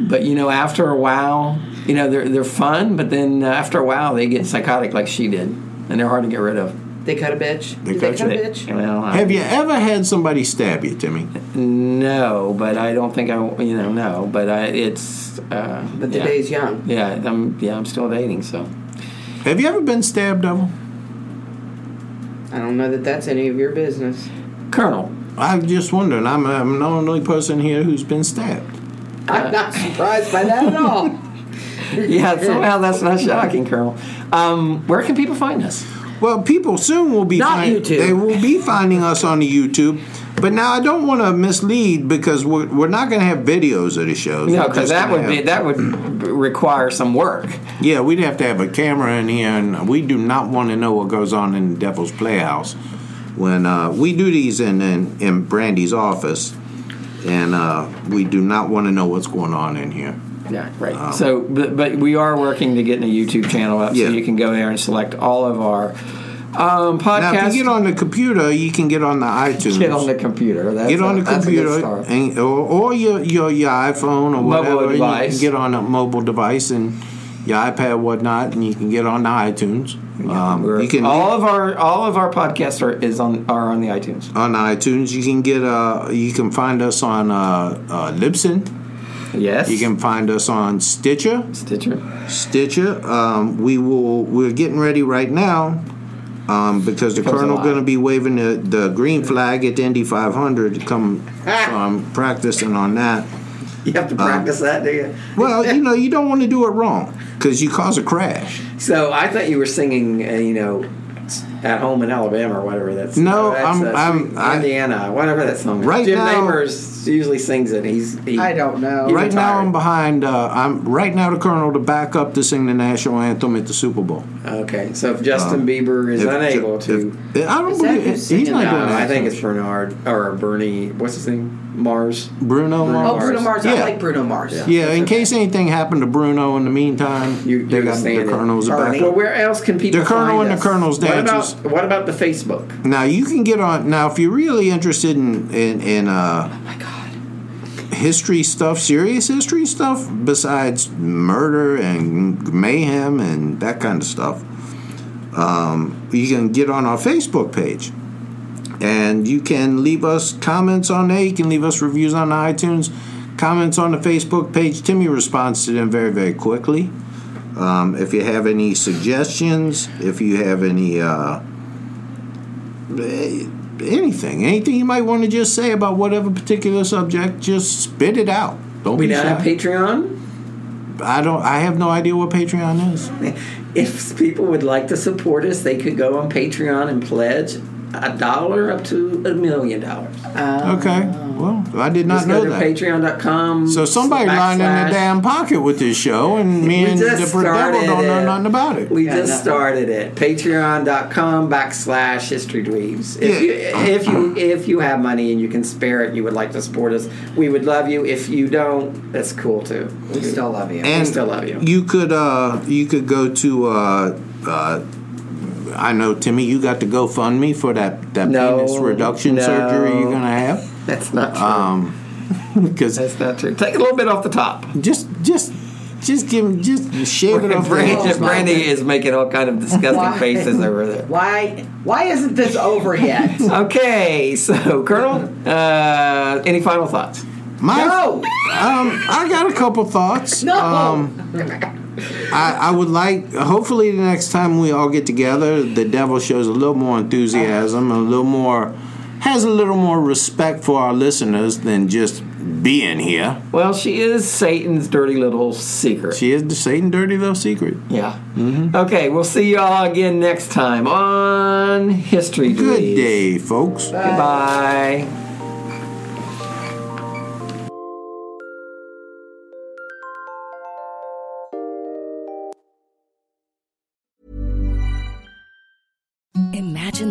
[SPEAKER 1] But you know, after a while,
[SPEAKER 4] you know, they're they're fun, but then uh, after a while they get psychotic like she did, and they're hard to get rid of.
[SPEAKER 2] They cut a bitch.
[SPEAKER 3] They cut you.
[SPEAKER 2] a bitch.
[SPEAKER 4] Well, I-
[SPEAKER 3] Have you ever had somebody stab you, Timmy?
[SPEAKER 4] No, but I don't think I, you know, no, but I, it's. Uh,
[SPEAKER 2] But the
[SPEAKER 4] yeah.
[SPEAKER 2] day's young.
[SPEAKER 4] Yeah, I'm. Yeah, I'm still dating. So,
[SPEAKER 3] Have you ever been stabbed, Devil?
[SPEAKER 2] I don't know that that's any of your business.
[SPEAKER 4] Colonel,
[SPEAKER 3] I'm just wondering. I'm, I'm the only person here who's been stabbed.
[SPEAKER 2] I'm not surprised by that at all.
[SPEAKER 4] yeah, somehow that's not shocking, Colonel. Um, where can people find us?
[SPEAKER 3] Well, people soon will be
[SPEAKER 7] Not
[SPEAKER 3] find-
[SPEAKER 7] YouTube.
[SPEAKER 3] They will be finding us on the YouTube. But now I don't want to mislead because we're, we're not going to have videos of the shows.
[SPEAKER 4] No,
[SPEAKER 3] We're just
[SPEAKER 4] because that
[SPEAKER 3] gonna
[SPEAKER 4] would be
[SPEAKER 3] have-
[SPEAKER 4] that would b- require some work.
[SPEAKER 3] Yeah, we'd have to have a camera in here, and we do not want to know what goes on in the Devil's Playhouse. When uh, we do these in, in in Brandy's office, and uh, we do not want to know what's going on in here.
[SPEAKER 4] Yeah, right. so, but, but we are working to getting a YouTube channel up,
[SPEAKER 3] Oh. Yeah.
[SPEAKER 4] so you can go there and select all of our um, podcasts.
[SPEAKER 3] Now, if you get on the computer, you can get on the iTunes.
[SPEAKER 4] Get on the computer. That's
[SPEAKER 3] Get
[SPEAKER 4] a-
[SPEAKER 3] on the
[SPEAKER 4] that's a good
[SPEAKER 3] computer
[SPEAKER 4] start.
[SPEAKER 3] and, or, or your, your your iPhone or whatever. and
[SPEAKER 4] device.
[SPEAKER 3] You can get on a mobile device and your iPad, whatnot, and you can get on the iTunes. Um,
[SPEAKER 4] We're-
[SPEAKER 3] you can
[SPEAKER 4] all of our all of our podcasts are is on are on the iTunes.
[SPEAKER 3] on iTunes. You can get uh you can find us on uh, uh, Libsyn.
[SPEAKER 4] Yes,
[SPEAKER 3] You can find us on Stitcher.
[SPEAKER 4] Stitcher.
[SPEAKER 3] Stitcher. Um, we will. We're getting ready right now um, because the
[SPEAKER 4] Comes
[SPEAKER 3] colonel
[SPEAKER 4] alive.
[SPEAKER 3] going to be waving the, the green flag at the Indy 500 to come.
[SPEAKER 4] Ah.
[SPEAKER 3] so I'm practicing on that.
[SPEAKER 4] You have to practice that, do you?
[SPEAKER 3] Well, you know, you don't want to do it wrong because you cause a crash.
[SPEAKER 4] So I thought you were singing, uh, you know, at home in Alabama or whatever that's.
[SPEAKER 3] No,
[SPEAKER 4] that's,
[SPEAKER 3] I'm-
[SPEAKER 4] uh,
[SPEAKER 3] I'm- I-
[SPEAKER 4] Indiana, whatever that song. is.
[SPEAKER 3] Right
[SPEAKER 4] Jim
[SPEAKER 3] now-
[SPEAKER 4] Neighbors usually sings it. He's. He,
[SPEAKER 2] I don't know.
[SPEAKER 3] right now,
[SPEAKER 4] retired.
[SPEAKER 3] I'm behind. Uh, I'm right now the colonel to back up to sing the national anthem at the Super Bowl.
[SPEAKER 4] Okay, so if Justin Bieber is
[SPEAKER 3] Um, If-
[SPEAKER 4] unable
[SPEAKER 3] if-
[SPEAKER 4] to.
[SPEAKER 3] I don't
[SPEAKER 2] that
[SPEAKER 3] believe
[SPEAKER 2] who's
[SPEAKER 3] he's
[SPEAKER 2] singing
[SPEAKER 3] not
[SPEAKER 2] that?
[SPEAKER 3] doing
[SPEAKER 4] No,
[SPEAKER 3] that.
[SPEAKER 4] I think it's Bernard or Bernie. What's his name? Mars.
[SPEAKER 3] Bruno. Mars.
[SPEAKER 2] Oh, Bruno Mars. I
[SPEAKER 3] Yeah.
[SPEAKER 2] like Bruno Mars.
[SPEAKER 3] Yeah, in case anything happened to Bruno in the meantime, they
[SPEAKER 4] You, you
[SPEAKER 3] got the
[SPEAKER 4] understand it.
[SPEAKER 3] colonel's back.
[SPEAKER 4] Well, where else can people?
[SPEAKER 3] The Colonel
[SPEAKER 4] find
[SPEAKER 3] and the
[SPEAKER 4] us?
[SPEAKER 3] Colonel's
[SPEAKER 4] What
[SPEAKER 3] dances.
[SPEAKER 4] about what about the Facebook?
[SPEAKER 3] Now you can get on. Now, if you're really interested in in, in uh,
[SPEAKER 2] Oh
[SPEAKER 3] history stuff, serious history stuff, besides murder and mayhem and that kind of stuff, um, you can get on our Facebook page, and you can leave us comments on there. You can leave us reviews on iTunes, comments on the Facebook page. Timmy responds to them very very quickly. Um, if you have any suggestions, if you have any. Uh, eh, anything, anything you might want to just say about whatever particular subject, just spit it out. Don't
[SPEAKER 4] We
[SPEAKER 3] be
[SPEAKER 4] now
[SPEAKER 3] shy.
[SPEAKER 4] have Patreon.
[SPEAKER 3] I don't. I have no idea what Patreon is.
[SPEAKER 4] If people would like to support us, they could go on Patreon and pledge a dollar up to a million dollars.
[SPEAKER 3] okay. Well, I did not
[SPEAKER 4] Uh, Just
[SPEAKER 3] know
[SPEAKER 4] go to
[SPEAKER 3] that.
[SPEAKER 4] Patreon.com.
[SPEAKER 3] so somebody lying in the
[SPEAKER 4] backslash-
[SPEAKER 3] damn pocket with this show, and me
[SPEAKER 4] We
[SPEAKER 3] and
[SPEAKER 4] just
[SPEAKER 3] the devil don't
[SPEAKER 4] started
[SPEAKER 3] know
[SPEAKER 4] it.
[SPEAKER 3] nothing about it.
[SPEAKER 4] We
[SPEAKER 2] Yeah,
[SPEAKER 4] just
[SPEAKER 2] no.
[SPEAKER 4] started it. Patreon.com backslash history dweebs. If, you,
[SPEAKER 3] Yeah.
[SPEAKER 4] if you if you have money and you can spare it and you would like to support us, we would love you. If you don't, that's cool too.
[SPEAKER 2] We still love you.
[SPEAKER 3] and
[SPEAKER 4] still love you.
[SPEAKER 3] You could uh, you could go to. Uh, uh, I know, Timmy. You got the GoFundMe for that that
[SPEAKER 4] No,
[SPEAKER 3] penis reduction
[SPEAKER 4] no.
[SPEAKER 3] surgery you're gonna have
[SPEAKER 4] That's not true.
[SPEAKER 3] um, because
[SPEAKER 4] that's not true. Take a little bit off the top.
[SPEAKER 3] just just just give him just shave it off. the
[SPEAKER 2] just-
[SPEAKER 3] edge.
[SPEAKER 4] Brandy is making all kind of disgusting
[SPEAKER 2] Why?
[SPEAKER 4] faces over there.
[SPEAKER 2] Why? Why isn't this over yet?
[SPEAKER 4] Okay, so Colonel, uh, any final thoughts?
[SPEAKER 3] My,
[SPEAKER 2] No.
[SPEAKER 3] um, I got a couple thoughts.
[SPEAKER 2] No.
[SPEAKER 3] Um, I, I would like, hopefully, the next time we all get together, the devil shows a little more enthusiasm, a little more, has a little more respect for our listeners than just being here.
[SPEAKER 4] Well, she is Satan's dirty little secret.
[SPEAKER 3] She is the Satan dirty little secret.
[SPEAKER 4] yeah. Mm-hmm. Okay, we'll see y'all again next time on History
[SPEAKER 3] Good
[SPEAKER 4] Dweebs.
[SPEAKER 3] day, folks.
[SPEAKER 4] Goodbye.
[SPEAKER 6] Imagine